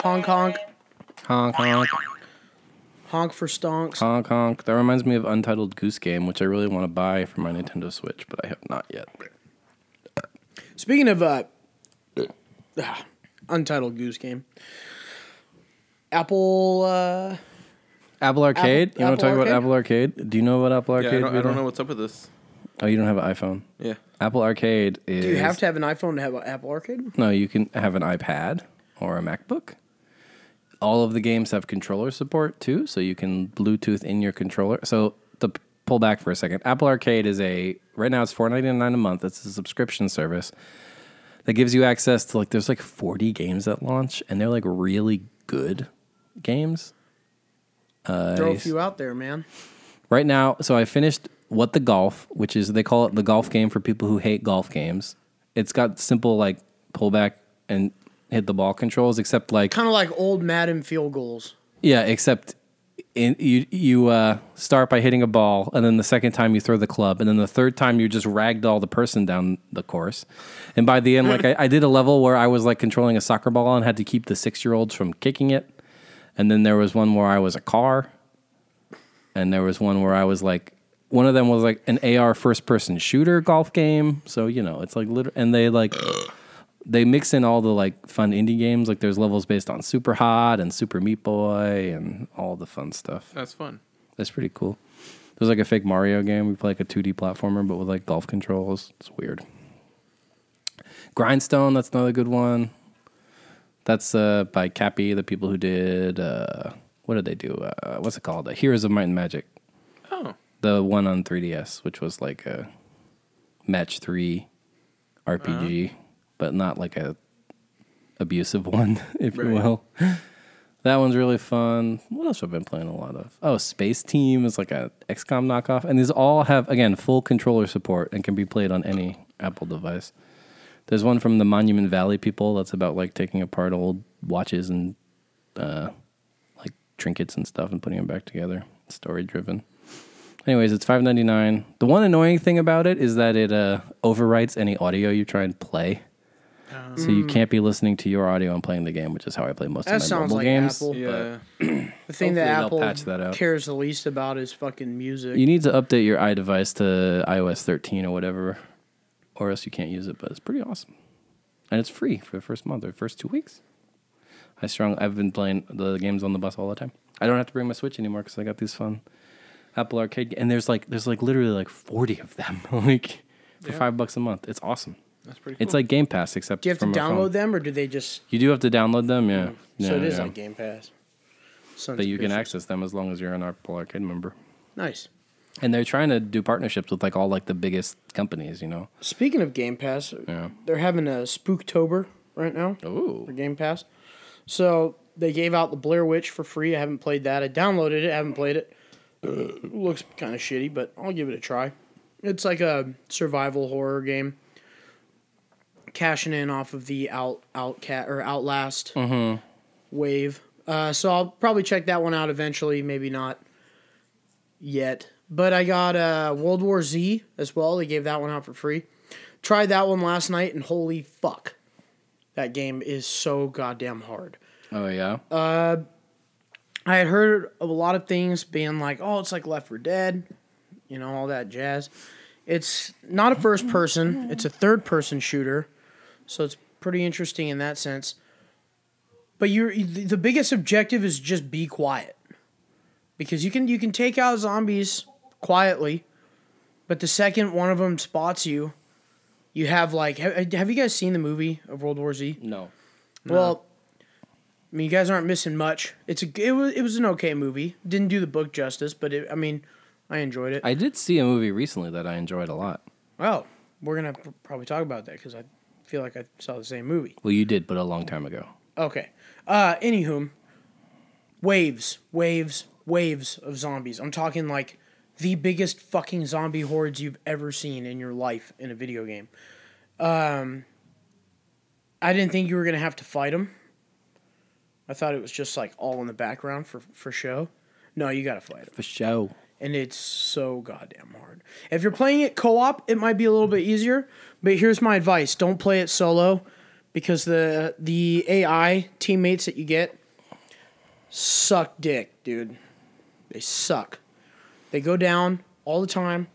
Speaker 5: Honk honk.
Speaker 4: Honk honk
Speaker 5: Honk for stonks.
Speaker 4: honk honk. That reminds me of Untitled Goose Game, which I really want to buy for my Nintendo Switch, but I have not yet.
Speaker 5: Speaking of uh, ah, Untitled Goose Game, Apple. Uh,
Speaker 4: Apple Arcade. you want to
Speaker 5: Apple
Speaker 4: talk about
Speaker 5: Arcade?
Speaker 4: Apple Arcade? Do you know about Apple
Speaker 6: Yeah.
Speaker 4: Arcade?
Speaker 6: I don't, I
Speaker 4: Vito?
Speaker 6: don't know what's up with this.
Speaker 4: Oh, you don't have an iPhone.
Speaker 6: Yeah.
Speaker 4: Apple Arcade is.
Speaker 5: do you have to have an iPhone to have an Apple Arcade?
Speaker 4: No, you can have an iPad or a MacBook. All of the games have controller support too, so you can Bluetooth in your controller. So to p- pull back for a second, Apple Arcade is a right now it's four ninety nine a month. It's a subscription service that gives you access to like there's like forty games at launch, and they're like really good games.
Speaker 5: Throw a few out there, man.
Speaker 4: Right now, so I finished What the Golf, which is they call it the golf game for people who hate golf games. It's got simple like pull back and hit the ball controls, except like
Speaker 5: Kind of like old Madden field goals.
Speaker 4: yeah, except in, you you uh, start by hitting a ball, and then the second time you throw the club, and then the third time you just ragdoll the person down the course. And by the end, like I, I did a level where I was like controlling a soccer ball and had to keep the six year olds from kicking it. And then there was one where I was a car, and there was one where I was like. One of them was like an AR first person shooter golf game. So, you know, it's like literally, and they like they mix in all the like fun indie games. Like there's levels based on Super Hot and Super Meat Boy and all the fun stuff.
Speaker 6: That's fun.
Speaker 4: That's pretty cool. There's like a fake Mario game. We play like a 2D platformer, but with like golf controls. It's weird. Grindstone. That's another good one. That's uh, by Cappy, the people who did uh, what did they do? Uh, what's it called? Uh, Heroes of Might and Magic.
Speaker 6: Oh.
Speaker 4: The one on 3DS, which was like a match three RPG, but not like a abusive one, if you
Speaker 6: Right.
Speaker 4: will. That one's really fun. What else have I been playing a lot of? Oh, Space Team is like a XCOM knockoff, and these all have again full controller support and can be played on any Apple device. There's one from the Monument Valley people that's about like taking apart old watches and uh, like trinkets and stuff and putting them back together. Story driven. Anyways, it's five ninety nine. The one annoying thing about it is that it uh, overwrites any audio you try and play. So you can't be listening to your audio and playing the game, which is how I play most
Speaker 5: Mm. That
Speaker 4: of my
Speaker 5: sounds
Speaker 4: mobile
Speaker 5: like
Speaker 4: games.
Speaker 5: Apple.
Speaker 6: Yeah.
Speaker 5: The
Speaker 4: Hopefully
Speaker 5: thing that
Speaker 4: they'll
Speaker 5: Apple
Speaker 4: patch that out.
Speaker 5: cares the least about is fucking music.
Speaker 4: You need to update your iDevice to iOS 13 or whatever, or else you can't use it. But it's pretty awesome, and it's free for the first month or first two weeks. I strong. I've been playing the games on the bus all the time. I don't have to bring my Switch anymore because I got these fun Apple Arcade. ga- And there's like there's like literally like 40 of them, like for five bucks a month. It's awesome.
Speaker 6: That's pretty. Cool.
Speaker 4: It's like Game Pass, except
Speaker 5: Do you have to
Speaker 4: from a phone.
Speaker 5: download them, or do they just?
Speaker 4: You do have to download them, yeah.
Speaker 5: so
Speaker 4: Yeah,
Speaker 5: it is
Speaker 4: yeah.
Speaker 5: like Game Pass. Sons
Speaker 4: But
Speaker 5: of
Speaker 4: you can
Speaker 5: bitches.
Speaker 4: access them as long as you're an Art Polar Kid member.
Speaker 5: Nice.
Speaker 4: And they're trying to do partnerships with like all like the biggest companies, you know.
Speaker 5: Speaking of Game Pass,
Speaker 4: Yeah.
Speaker 5: they're having a Spooktober right now for
Speaker 4: Ooh.
Speaker 5: Game Pass. So they gave out the Blair Witch for free. I haven't played that. I downloaded it. I haven't played it. It looks kind of shitty, but I'll give it a try. It's like a survival horror game, cashing in off of the out outcat or Outlast wave. Uh, so I'll probably check that one out eventually. Maybe not yet. But I got uh, World War Z as well. They gave that one out for free. Tried that one last night, and holy fuck, that game is so goddamn hard.
Speaker 4: Oh yeah.
Speaker 5: I had heard of a lot of things being like, oh, it's like Left for Dead, you know, all that jazz. It's not a first person, it's a third person shooter. So it's pretty interesting in that sense. But you're the the biggest objective is just be quiet. Because you can you can take out zombies quietly, but the second one of them spots you, you have like have, have you guys seen the movie of World War Z?
Speaker 4: no.
Speaker 5: Well, I mean, you guys aren't missing much. It's a it was it was an okay movie. Didn't do the book justice, but it, I mean, I enjoyed it.
Speaker 4: I did see a movie recently that I enjoyed a lot.
Speaker 5: oh, we're gonna pr- probably talk about that because I feel like I saw the same movie.
Speaker 4: Well, you did, but a long time ago.
Speaker 5: Okay. Uh, anywho, waves, waves, waves of zombies. I'm talking like the biggest fucking zombie hordes you've ever seen in your life in a video game. Um, I didn't think you were gonna have to fight them. I thought it was just like all in the background for for show. No, you gotta fight them,
Speaker 4: For show.
Speaker 5: and it's so goddamn hard. If you're playing it co-op, it might be a little bit easier. But here's my advice: don't play it solo, because the the AI teammates that you get suck dick, dude. They suck. They go down all the time,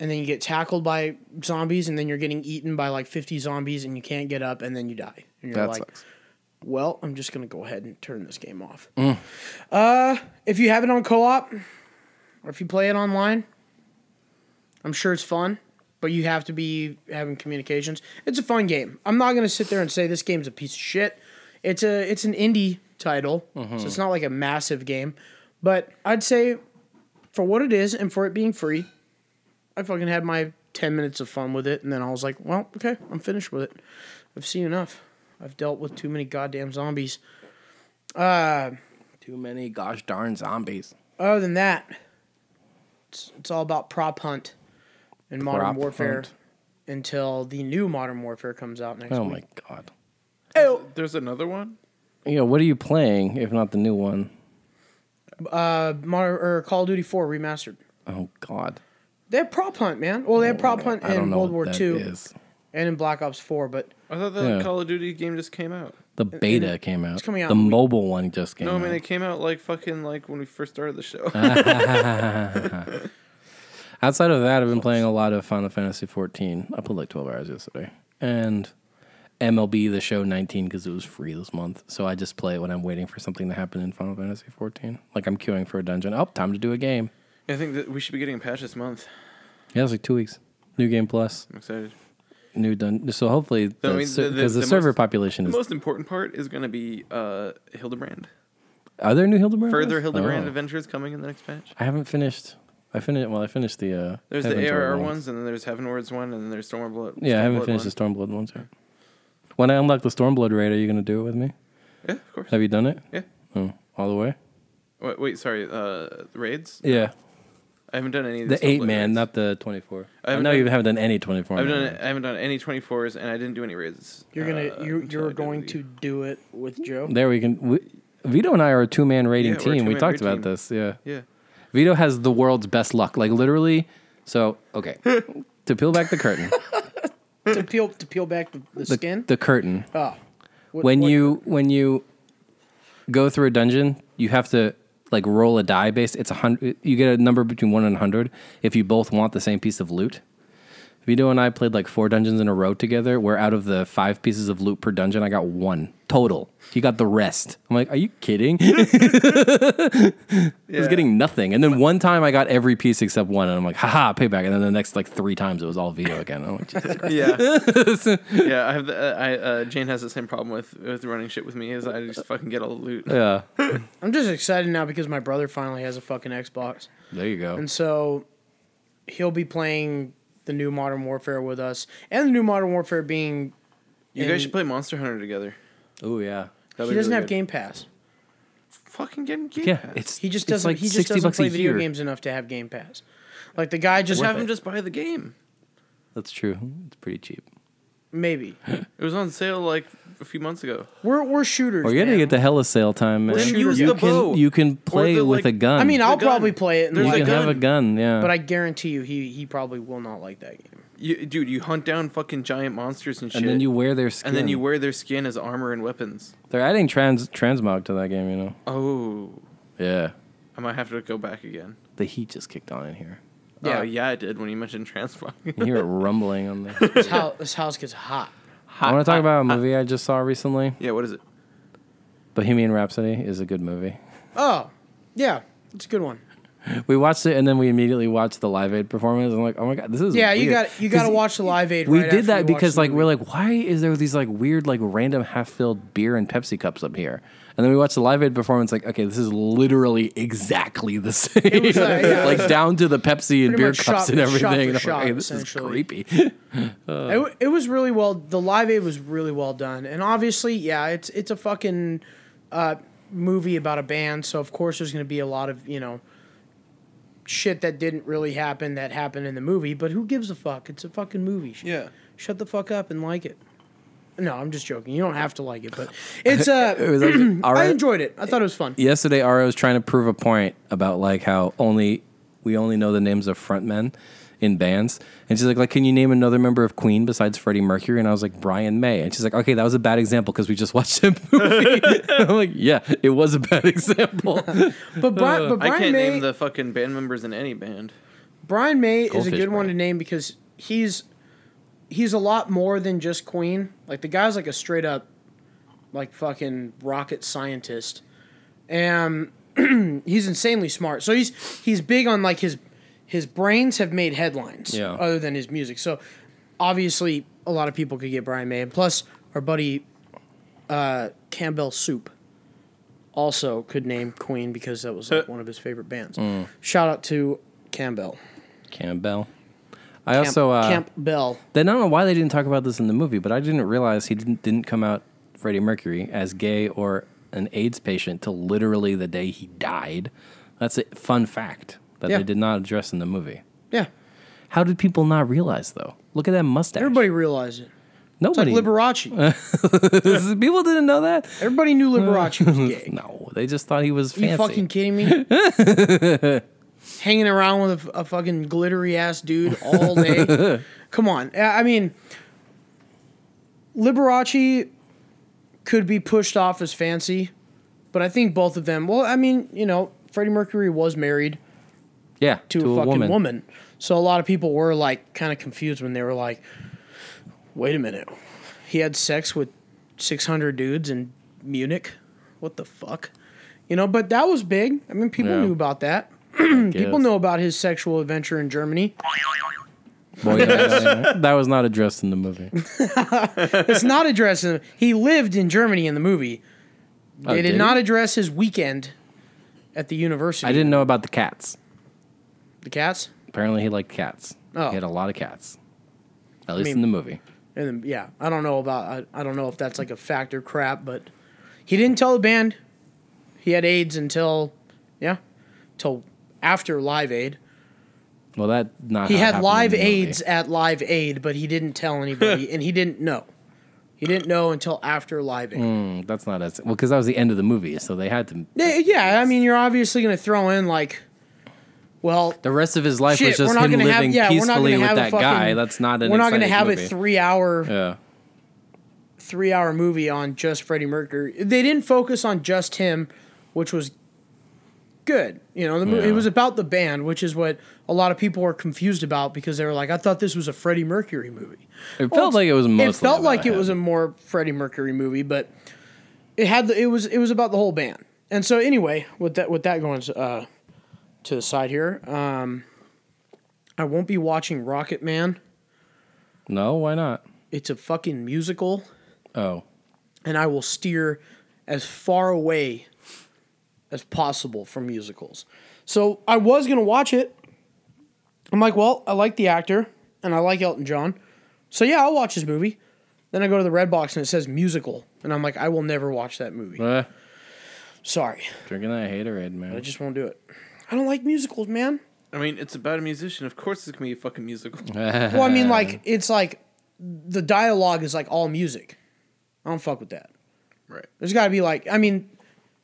Speaker 5: and then you get tackled by zombies, and then you're getting eaten by like 50 zombies, and you can't get up, and then you die. And you're
Speaker 4: That
Speaker 5: like,
Speaker 4: sucks.
Speaker 5: well, I'm just gonna go ahead and turn this game off.
Speaker 4: Mm.
Speaker 5: Uh, if you have it on co-op, or if you play it online, I'm sure it's fun. But you have to be having communications. It's a fun game. I'm not gonna sit there and say this game's a piece of shit. It's a it's an indie title, so
Speaker 4: Mm-hmm.
Speaker 5: it's not like a massive game. But I'd say for what it is and for it being free, I fucking had my ten minutes of fun with it, and then I was like, well, okay, I'm finished with it. I've seen enough. I've dealt with too many goddamn zombies.
Speaker 4: Too many gosh darn zombies.
Speaker 5: Other than that, it's, it's all about prop hunt in modern
Speaker 4: Prop
Speaker 5: warfare
Speaker 4: hunt.
Speaker 5: until the new modern warfare comes out next
Speaker 4: Oh
Speaker 5: week.
Speaker 4: my god.
Speaker 5: Oh,
Speaker 6: There's another one.
Speaker 4: Yeah, what are you playing if not the new one?
Speaker 5: Modern, or Call of Duty 4 remastered.
Speaker 4: Oh god.
Speaker 5: They had prop hunt, man. Well, they had prop hunt
Speaker 4: Oh, I don't
Speaker 5: in
Speaker 4: know
Speaker 5: World
Speaker 4: what
Speaker 5: War
Speaker 4: that
Speaker 5: II
Speaker 4: is.
Speaker 5: and in Black Ops 4, but
Speaker 6: I thought the
Speaker 4: Yeah.
Speaker 6: Call of Duty game just came out.
Speaker 4: The beta came out.
Speaker 5: coming out
Speaker 4: The
Speaker 5: in a week.
Speaker 4: mobile one just came
Speaker 6: No, I
Speaker 4: out. Ah.
Speaker 6: mean it came out like fucking like when we first started the show.
Speaker 4: Outside of that, I've been playing a lot of Final Fantasy 14. I put like 12 hours yesterday. And MLB The Show 19 because it was free this month. So I just play it when I'm waiting for something to happen in Final Fantasy 14. Like I'm queuing for a dungeon. Oh, time to do a game.
Speaker 6: I think that we should be getting a patch this month.
Speaker 4: Yeah, it's like two weeks. New game plus,
Speaker 6: I'm excited.
Speaker 4: new dun. So hopefully,
Speaker 6: I
Speaker 4: because the,
Speaker 6: mean,
Speaker 4: ser-
Speaker 6: the- the-
Speaker 4: 'cause the
Speaker 6: the
Speaker 4: server
Speaker 6: most-
Speaker 4: population
Speaker 6: The
Speaker 4: is.
Speaker 6: most important part is going to be uh, Hildebrand.
Speaker 4: are there new Hildebrand?
Speaker 6: Further
Speaker 4: ones?
Speaker 6: Hildebrand
Speaker 4: Oh.
Speaker 6: adventures coming in the next patch.
Speaker 4: I haven't finished. I finished. Well, I finished the. Uh,
Speaker 6: There's
Speaker 4: Heaven's
Speaker 6: the
Speaker 4: Word
Speaker 6: ARR
Speaker 4: ones.
Speaker 6: ones, and then there's Heavenwards one, and then there's Stormblood.
Speaker 4: Yeah, I haven't
Speaker 6: Stormblood
Speaker 4: finished
Speaker 6: one.
Speaker 4: the Stormblood ones yet. When I unlock the Stormblood raid, are you going to do it with me?
Speaker 6: Yeah, of course.
Speaker 4: Have you done it?
Speaker 6: Yeah.
Speaker 4: Oh, all the way?
Speaker 6: Wait, wait sorry. Uh, raids.
Speaker 4: Yeah.
Speaker 6: I haven't done any. Of
Speaker 4: The
Speaker 6: Stormblood
Speaker 4: eight man,
Speaker 6: raids.
Speaker 4: not the twenty four.
Speaker 6: I
Speaker 4: I
Speaker 6: haven't
Speaker 4: know you
Speaker 6: done-
Speaker 4: haven't done any twenty four.
Speaker 6: I've done. I haven't done any 24s, and I didn't do any raids.
Speaker 5: you're going
Speaker 6: uh,
Speaker 5: to you
Speaker 6: until I
Speaker 5: you're
Speaker 6: did
Speaker 5: going
Speaker 6: the-
Speaker 5: to do it with Joe.
Speaker 4: There we can. We, Vito and I are a two man raiding
Speaker 6: Yeah, we're a
Speaker 4: team. We
Speaker 6: two-man
Speaker 4: talked
Speaker 6: raid
Speaker 4: about
Speaker 6: team.
Speaker 4: this. Yeah.
Speaker 6: Yeah.
Speaker 4: Vito has the world's best luck. Like literally. So okay, to peel back the curtain,
Speaker 5: to peel to peel back the, the
Speaker 4: the,
Speaker 5: skin.
Speaker 4: the curtain.
Speaker 5: oh. What-
Speaker 4: when
Speaker 5: what-
Speaker 4: you when you go through a dungeon, you have to like roll a die base. It's a hundred. You get a number between one and hundred if you both want the same piece of loot. Vito and I played like four dungeons in a row together. Where out of the five pieces of loot per dungeon, I got one. total. He got the rest. I'm like, are you kidding? I was getting nothing. And then one time I got every piece except one, and I'm like, haha, payback. And then the next like three times it was all Vito again. I'm like, Jesus Christ.
Speaker 6: Yeah, yeah. I have. The, uh, I uh, Jane has the same problem with with running shit with me. Is I just fucking get all the loot.
Speaker 4: yeah.
Speaker 5: I'm just excited now because my brother finally has a fucking Xbox.
Speaker 4: There you go.
Speaker 5: And so he'll be playing the new Modern Warfare with us. And the new Modern Warfare being
Speaker 6: You guys should play Monster Hunter together.
Speaker 4: Oh yeah.
Speaker 5: he doesn't have Game Pass.
Speaker 6: Fucking game. game
Speaker 4: Yeah,
Speaker 6: Pass.
Speaker 4: it's
Speaker 5: He just
Speaker 4: it's
Speaker 5: doesn't
Speaker 4: like
Speaker 5: he just
Speaker 4: sixty
Speaker 5: doesn't
Speaker 4: bucks
Speaker 5: play
Speaker 4: a
Speaker 5: video
Speaker 4: year.
Speaker 5: games enough to have Game Pass. Like the guy just
Speaker 6: just have
Speaker 5: have
Speaker 6: them just buy the game.
Speaker 4: That's true. It's pretty cheap.
Speaker 5: maybe.
Speaker 6: It was on sale like a few months ago.
Speaker 5: We're we're shooters.
Speaker 4: We're gonna
Speaker 5: man.
Speaker 4: get the hella sale time, man.
Speaker 6: Then
Speaker 5: shooters
Speaker 6: use
Speaker 5: You
Speaker 6: the
Speaker 4: you
Speaker 6: bow.
Speaker 4: can you can play
Speaker 6: the,
Speaker 4: with
Speaker 6: like-
Speaker 4: a gun.
Speaker 5: I mean, I'll
Speaker 6: gun.
Speaker 5: probably play it and
Speaker 6: There's
Speaker 4: you
Speaker 5: like
Speaker 4: can
Speaker 6: a
Speaker 5: it,
Speaker 4: have a gun. Yeah,
Speaker 5: but I guarantee you he he probably will not like that game.
Speaker 6: You, dude, you hunt down fucking giant monsters and shit.
Speaker 4: and then you wear their skin.
Speaker 6: and then you wear their skin as armor and weapons.
Speaker 4: They're adding trans transmog to that game. You know.
Speaker 6: Oh,
Speaker 4: Yeah.
Speaker 6: I might have to go back again.
Speaker 4: The heat just kicked on in here.
Speaker 6: Yeah,
Speaker 5: Yeah.
Speaker 6: oh, yeah, I did when you mentioned transmog.
Speaker 4: You hear it rumbling on the.
Speaker 5: This house, this house gets hot.
Speaker 4: I want to talk about a movie I just saw recently.
Speaker 6: yeah, what is it?
Speaker 4: Bohemian Rhapsody is a good movie.
Speaker 5: Oh, yeah, it's a good one.
Speaker 4: We watched it and then we immediately watched the Live Aid performance. I'm like, oh my god, this is
Speaker 5: Yeah, you
Speaker 4: weird.
Speaker 5: got you got to
Speaker 4: 'Cause
Speaker 5: watch the Live Aid.
Speaker 4: We
Speaker 5: right
Speaker 4: did
Speaker 5: after
Speaker 4: that
Speaker 5: you watch
Speaker 4: because
Speaker 5: the
Speaker 4: like we're
Speaker 5: movie.
Speaker 4: like, why is there these like weird like random half filled beer and Pepsi cups up here? And then we watched the Live Aid performance. Like, okay, this is literally exactly the same,
Speaker 5: was, uh, yeah, it
Speaker 4: like
Speaker 5: was
Speaker 4: down to the Pepsi and
Speaker 5: pretty
Speaker 4: beer
Speaker 5: much
Speaker 4: cups
Speaker 5: shot-
Speaker 4: and
Speaker 5: shot for
Speaker 4: everything. And I'm like,
Speaker 5: shot,
Speaker 4: "Hey, this is
Speaker 5: essentially.
Speaker 4: creepy.
Speaker 5: It, w- it was really well. The Live Aid was really well done, and obviously, yeah, it's it's a fucking uh, movie about a band, so of course there's going to be a lot of you know shit that didn't really happen that happened in the movie. But who gives a fuck? It's a fucking movie. Sh-
Speaker 6: Yeah.
Speaker 5: Shut the fuck up and like it. No, I'm just joking. You don't have to like it, but it's uh,
Speaker 4: was actually- all
Speaker 5: I
Speaker 4: right.
Speaker 5: enjoyed it. I thought it was fun.
Speaker 4: yesterday Ara was trying to prove a point about like how only we only know the names of frontmen in bands. And she's like, like, can you name another member of Queen besides Freddie Mercury? And I was like, Brian May. And she's like, okay, that was a bad example because we just watched a movie. I'm like, yeah, it was a bad example.
Speaker 5: But, Bri- but Brian
Speaker 6: I can't
Speaker 5: May,
Speaker 6: name the fucking band members in any band.
Speaker 5: Brian May is a
Speaker 4: Goldfish
Speaker 5: good one to
Speaker 4: Brian.
Speaker 5: name because he's he's a lot more than just Queen. Like the guy's like a straight up like fucking rocket scientist. And he's insanely smart. So he's he's big on like his his brains have made headlines
Speaker 4: Yeah.
Speaker 5: other than his music. So obviously a lot of people could get Brian May and plus our buddy uh, Campbell Soup also could name Queen because that was like one of his favorite bands.
Speaker 4: mm.
Speaker 5: Shout out to Campbell.
Speaker 4: Campbell. I
Speaker 5: Camp,
Speaker 4: also uh,
Speaker 5: Camp Bell.
Speaker 4: Then I don't know why they didn't talk about this in the movie, but I didn't realize he didn't didn't come out Freddie Mercury as gay or an AIDS patient till literally the day he died. That's a fun fact that
Speaker 5: Yeah.
Speaker 4: they did not address in the movie.
Speaker 5: Yeah,
Speaker 4: How did people not realize though? Look at that mustache.
Speaker 5: everybody realized it. It's like
Speaker 4: nobody.
Speaker 5: Liberace.
Speaker 4: people didn't know that.
Speaker 5: Everybody knew Liberace was gay.
Speaker 4: No, they just thought he was fancy.
Speaker 5: you fucking kidding me? Hanging around with a, a fucking glittery ass dude all day. Come on. I I mean, Liberace could be pushed off as fancy, but I think both of them. Well, I mean, you know, Freddie Mercury was married.
Speaker 4: yeah,
Speaker 5: to, a, fucking woman. So a lot of people were like kind of confused when they were like, "Wait a minute, he had sex with 600 dudes in Munich? What the fuck?" You know, but that was big. I mean, people
Speaker 4: Yeah.
Speaker 5: knew about that. People
Speaker 4: Yes.
Speaker 5: know about his sexual adventure in Germany.
Speaker 4: Boy, yeah, yeah, yeah. that was not addressed in the movie.
Speaker 5: It's not addressing. He lived in Germany in the movie. They
Speaker 4: Oh,
Speaker 5: did,
Speaker 4: did
Speaker 5: not
Speaker 4: he?
Speaker 5: address his weekend at the university.
Speaker 4: I didn't know about the cats.
Speaker 5: The cats.
Speaker 4: Apparently, he liked cats.
Speaker 5: Oh.
Speaker 4: He had a lot of cats. At least
Speaker 5: mean-
Speaker 4: in the movie.
Speaker 5: And then, yeah, I don't know about I, I don't know if that's like a fact or crap, but he didn't tell the band he had AIDS until yeah, till after Live Aid.
Speaker 4: Well, that not
Speaker 5: He
Speaker 4: how it
Speaker 5: had
Speaker 4: happened in
Speaker 5: Live
Speaker 4: the movie.
Speaker 5: AIDS at Live Aid, but he didn't tell anybody, and he didn't know. He didn't know until after Live Aid.
Speaker 4: Mm, that's not as well because that was the end of the movie, so they had to.
Speaker 5: Yeah, yeah, I mean, you're obviously gonna throw in like, well,
Speaker 4: The rest of his life
Speaker 5: shit,
Speaker 4: was just
Speaker 5: we're not
Speaker 4: him
Speaker 5: gonna
Speaker 4: living
Speaker 5: have yeah, we're not
Speaker 4: peacefully
Speaker 5: gonna
Speaker 4: with
Speaker 5: have
Speaker 4: that
Speaker 5: a fucking,
Speaker 4: guy. That's not an.
Speaker 5: we're not gonna
Speaker 4: exciting
Speaker 5: have
Speaker 4: movie.
Speaker 5: a three hour
Speaker 4: Yeah,
Speaker 5: three hour movie on just Freddie Mercury. They didn't focus on just him, which was good. You know, the mo-
Speaker 4: Yeah.
Speaker 5: it was about the band, which is what a lot of people were confused about because they were like, I thought this was a Freddie Mercury movie.
Speaker 4: it felt like it was mostly.
Speaker 5: it felt
Speaker 4: about
Speaker 5: like it
Speaker 4: him.
Speaker 5: was a more Freddie Mercury movie, but it had the, it was it was about the whole band. And so anyway, with that with that going uh, to the side here, um, I won't be watching Rocket Man.
Speaker 4: No, why not?
Speaker 5: It's a fucking musical,
Speaker 4: Oh,
Speaker 5: and I will steer as far away as possible from musicals. So I was gonna watch it. I'm like, well, I like the actor and I like Elton John, so yeah, I'll watch this movie. Then I go to the red box and it says musical, and I'm like, I will never watch that movie.
Speaker 4: Eh,
Speaker 5: Sorry.
Speaker 4: drinking that haterade, man.
Speaker 5: I just won't do it. I don't like musicals, man.
Speaker 6: I mean, it's about a musician. Of course, it's gonna be a fucking musical.
Speaker 5: Well, I mean, like it's like the dialogue is like all music. I don't fuck with that.
Speaker 6: right.
Speaker 5: There's got to be like, I mean,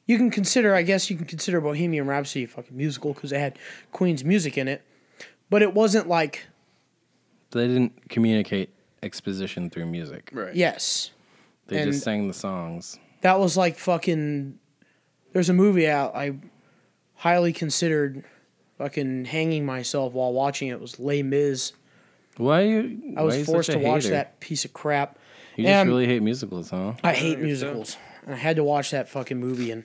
Speaker 5: you can consider, I guess, you can consider Bohemian Rhapsody a fucking musical because it had Queen's music in it, but it wasn't like
Speaker 4: they didn't communicate exposition through music.
Speaker 6: Right.
Speaker 5: yes,
Speaker 4: They
Speaker 5: And-
Speaker 4: just sang the songs.
Speaker 5: that was like fucking. There's a movie out I highly considered fucking hanging myself while watching it was Les Mis.
Speaker 4: Why are you?
Speaker 5: I
Speaker 4: why are you
Speaker 5: was forced
Speaker 4: such
Speaker 5: to
Speaker 4: a
Speaker 5: watch
Speaker 4: hater?
Speaker 5: that piece of crap.
Speaker 4: You just
Speaker 5: And-
Speaker 4: really hate musicals, huh?
Speaker 5: I hate
Speaker 6: guess so.
Speaker 5: musicals. And I had to watch that fucking movie, and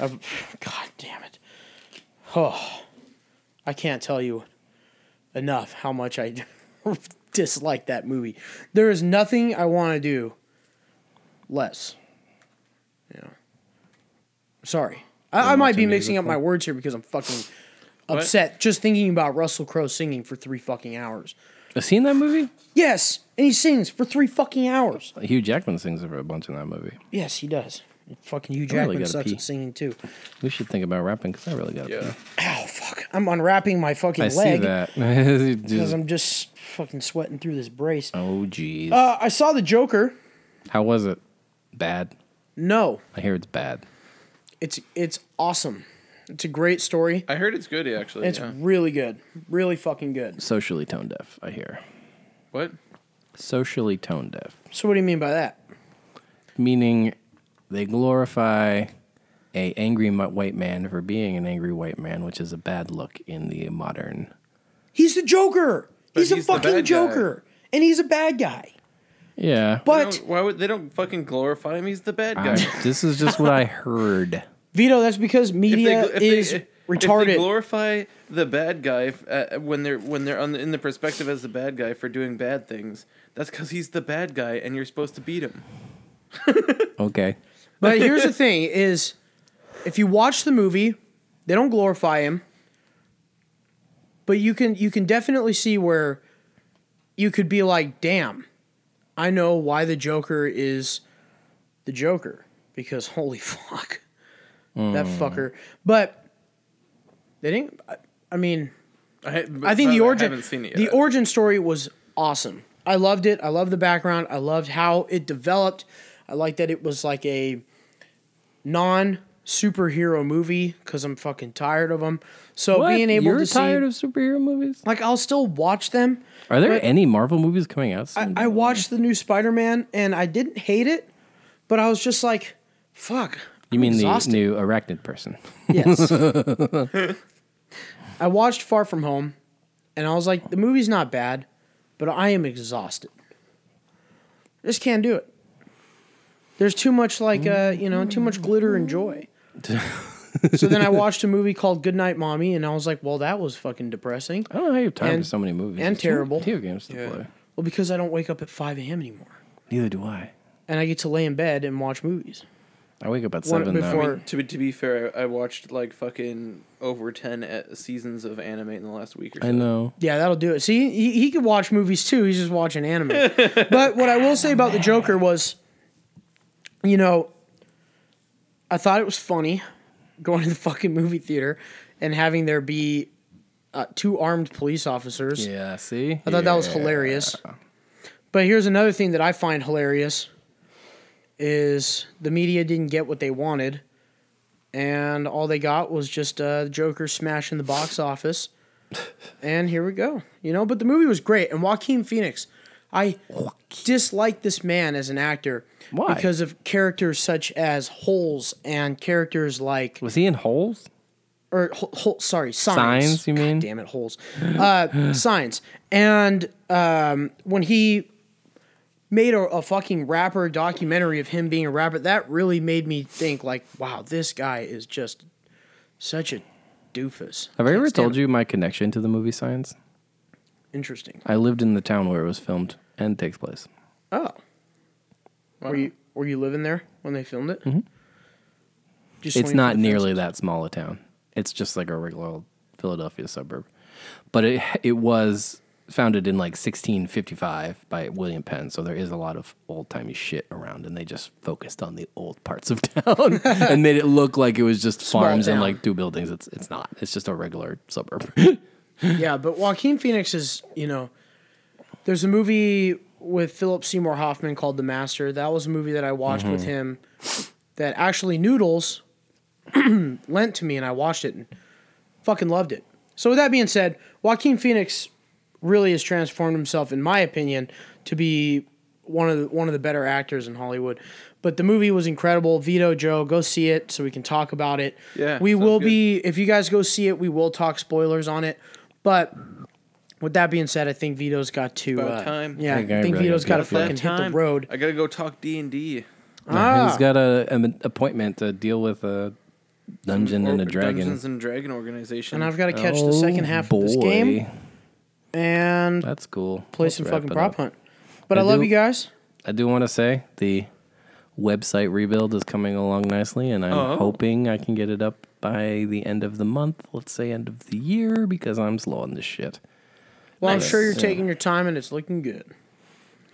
Speaker 5: i God damn it! Oh, I can't tell you enough how much I dislike that movie. There is nothing I want to do less. Yeah. Sorry, I, I might
Speaker 4: watch a
Speaker 5: be mixing up my
Speaker 4: musical?
Speaker 5: words here because I'm fucking upset just thinking about Russell Crowe singing for three fucking hours.
Speaker 4: I've seen that movie.
Speaker 5: Yes, and he sings for three fucking hours.
Speaker 4: Hugh Jackman sings a bunch in that movie.
Speaker 5: Yes, he does. Fucking Hugh
Speaker 4: I really
Speaker 5: Jackman
Speaker 4: gotta
Speaker 5: sucks
Speaker 4: pee.
Speaker 5: at singing too.
Speaker 4: We should think about rapping because I really got.
Speaker 6: Yeah.
Speaker 5: Ow, fuck! I'm unwrapping my fucking
Speaker 4: I see
Speaker 5: leg
Speaker 4: that.
Speaker 5: because
Speaker 4: Just-
Speaker 5: I'm just fucking sweating through this brace.
Speaker 4: oh jeez.
Speaker 5: Uh, I saw the Joker.
Speaker 4: How was it? Bad.
Speaker 5: No,
Speaker 4: I hear it's bad.
Speaker 5: it's it's awesome. It's a great story.
Speaker 6: I heard it's good actually.
Speaker 5: It's
Speaker 6: yeah.
Speaker 5: really good, really fucking good.
Speaker 4: Socially tone deaf. I hear.
Speaker 6: What?
Speaker 4: Socially tone deaf,
Speaker 5: So what do you mean by that?
Speaker 4: meaning they glorify a angry mu- white man for being an angry white man, which is a bad look in the modern.
Speaker 5: He's the Joker. He's,
Speaker 6: he's
Speaker 5: a
Speaker 6: the bad guy.
Speaker 5: fucking Joker, and he's a bad guy.
Speaker 4: Yeah.
Speaker 6: They
Speaker 5: But
Speaker 6: don't- why would they don't fucking glorify him? He's the bad guy.
Speaker 4: I- this is just what I heard.
Speaker 5: Vito, that's because media
Speaker 6: gl-
Speaker 5: is
Speaker 6: If they
Speaker 5: retarded.
Speaker 6: glorify the bad guy uh, when they're when they're on the, in the perspective as the bad guy for doing bad things, that's because he's the bad guy and you're supposed to beat him.
Speaker 4: Okay.
Speaker 5: But here's the thing: is if you watch the movie, they don't glorify him, but you can you can definitely see where you could be like, "Damn, I know why the Joker is the Joker because holy fuck, that fucker." But they didn't. I, I mean,
Speaker 6: I,
Speaker 5: I think the origin
Speaker 6: haven't seen it
Speaker 5: the
Speaker 6: yet.
Speaker 5: origin story was awesome. I loved it. I loved the background. I loved how it developed. I liked that it was like a non superhero movie because I'm fucking tired of them. So
Speaker 4: What?
Speaker 5: being able
Speaker 4: You're
Speaker 5: to
Speaker 4: tired
Speaker 5: see,
Speaker 4: of superhero movies?
Speaker 5: like, I'll still watch them.
Speaker 4: Are there
Speaker 5: But-
Speaker 4: any Marvel movies coming out?
Speaker 5: I,
Speaker 4: Soon?
Speaker 5: I watched the new Spider Man and I didn't hate it, but I was just like, fuck.
Speaker 4: you mean
Speaker 5: exhausted.
Speaker 4: the new arachnid person?
Speaker 5: Yes. I watched Far From Home and I was like, the movie's not bad, but I am exhausted. I just can't do it. There's too much, like, uh, you know, too much glitter and joy. so then I watched a movie called Goodnight Mommy and I was like, well, that was fucking depressing.
Speaker 4: Oh, I don't know how you have time
Speaker 5: And-
Speaker 4: for so many movies
Speaker 5: and
Speaker 4: There's too
Speaker 5: terrible.
Speaker 4: many video games to play.
Speaker 5: Well, because I don't wake up at 5 a.m. anymore
Speaker 4: Neither do I.
Speaker 5: and I get to lay in bed and watch movies.
Speaker 4: I wake up at
Speaker 5: One-
Speaker 4: seven
Speaker 5: before-
Speaker 4: though.
Speaker 6: To be, to be fair, I I watched like fucking over ten e- seasons of anime in the last week or so.
Speaker 4: I know.
Speaker 5: Yeah, that'll do it. See, he, he could watch movies too. He's just watching anime. but what I will say about the Joker was, you know, I thought it was funny going to the fucking movie theater and having there be uh, two armed police officers.
Speaker 4: Yeah. See.
Speaker 5: I thought that was hilarious. But here's another thing that I find hilarious is the media didn't get what they wanted and all they got was just uh, the Joker smashing the box office. And here we go. You know, but the movie was great and Joaquin Phoenix. I dislike this man as an actor
Speaker 4: Why?
Speaker 5: because of characters such as Holes and characters like
Speaker 4: Was he in holes?
Speaker 5: or ho- ho- sorry, signs.
Speaker 4: Signs, you mean?
Speaker 5: God damn it, holes. Uh, signs. And um, when he made a, a fucking rapper documentary of him being a rapper. That really made me think, like, wow, this guy is just such a doofus.
Speaker 4: Have I
Speaker 5: Can't
Speaker 4: ever
Speaker 5: stand
Speaker 4: told
Speaker 5: him.
Speaker 4: you my connection to the movie Signs?
Speaker 5: Interesting.
Speaker 4: I lived in the town where it was filmed and takes place.
Speaker 5: Oh, were you were you living there when they filmed it? Just
Speaker 4: Mm-hmm. it's not nearly that small a town. It's just like a regular old Philadelphia suburb. But it it was founded in like 1655 by William Penn, so there is a lot of old timey shit around, and they just focused on the old parts of town and made it look like it was just farms and
Speaker 5: town.
Speaker 4: like two buildings. It's it's not. It's just a regular suburb.
Speaker 5: Yeah, but Joaquin Phoenix is, you know, there's a movie with Philip Seymour Hoffman called The Master. That was a movie that I watched
Speaker 6: Mm-hmm.
Speaker 5: with him that actually Noodles lent to me and I watched it and fucking loved it. So with that being said, Joaquin Phoenix really has transformed himself in my opinion to be one of the, one of the better actors in Hollywood. But the movie was incredible. Vito Joe, go see it so we can talk about it.
Speaker 6: Yeah,
Speaker 5: We
Speaker 6: sounds
Speaker 5: will
Speaker 6: good.
Speaker 5: be if you guys go see it, we will talk spoilers on it. But with that being said, I think Vito's got to
Speaker 6: About
Speaker 5: uh,
Speaker 6: time.
Speaker 5: Yeah, I
Speaker 4: That
Speaker 5: think,
Speaker 4: guy really
Speaker 5: Vito's
Speaker 4: got
Speaker 5: got to
Speaker 4: beat up.
Speaker 5: fucking hit the road.
Speaker 6: I gotta go talk D and D.
Speaker 4: He's got a, an appointment to deal with a dungeon and a dragon.
Speaker 6: Dungeons and Dragon organization.
Speaker 5: And I've got to catch
Speaker 4: Oh,
Speaker 5: the second half of this
Speaker 4: boy.
Speaker 5: game and
Speaker 4: That's cool.
Speaker 5: play
Speaker 4: Let's
Speaker 5: some
Speaker 4: wrap
Speaker 5: fucking
Speaker 4: it
Speaker 5: prop
Speaker 4: up.
Speaker 5: hunt. But
Speaker 4: I
Speaker 5: I, love
Speaker 4: do-
Speaker 5: you guys.
Speaker 4: I do want to say the website rebuild is coming along nicely, and I'm
Speaker 6: Oh.
Speaker 4: hoping I can get it up by the end of the month. Let's say end of the year because I'm slow on this shit.
Speaker 5: Well, I'm
Speaker 6: Nice.
Speaker 5: sure you're
Speaker 4: Yeah.
Speaker 5: taking your time and it's looking good.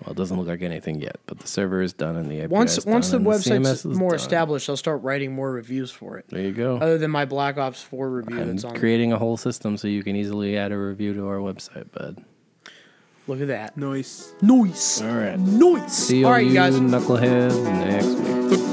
Speaker 4: Well, it doesn't look like anything yet, but the server is done and the API
Speaker 5: Once
Speaker 4: is
Speaker 5: once the
Speaker 4: done and
Speaker 5: website's
Speaker 4: CMS is
Speaker 5: more
Speaker 4: done.
Speaker 5: established, I'll start writing more reviews for it.
Speaker 4: There you go.
Speaker 5: Other than my Black Ops 4 review
Speaker 4: I'm
Speaker 5: that's on.
Speaker 4: creating a whole system so you can easily add a review to our website, bud.
Speaker 5: Look at that.
Speaker 6: Noise.
Speaker 5: Noise.
Speaker 4: All right.
Speaker 5: Noise.
Speaker 4: See you,
Speaker 5: All right, you guys.
Speaker 4: knuckleheads, next week.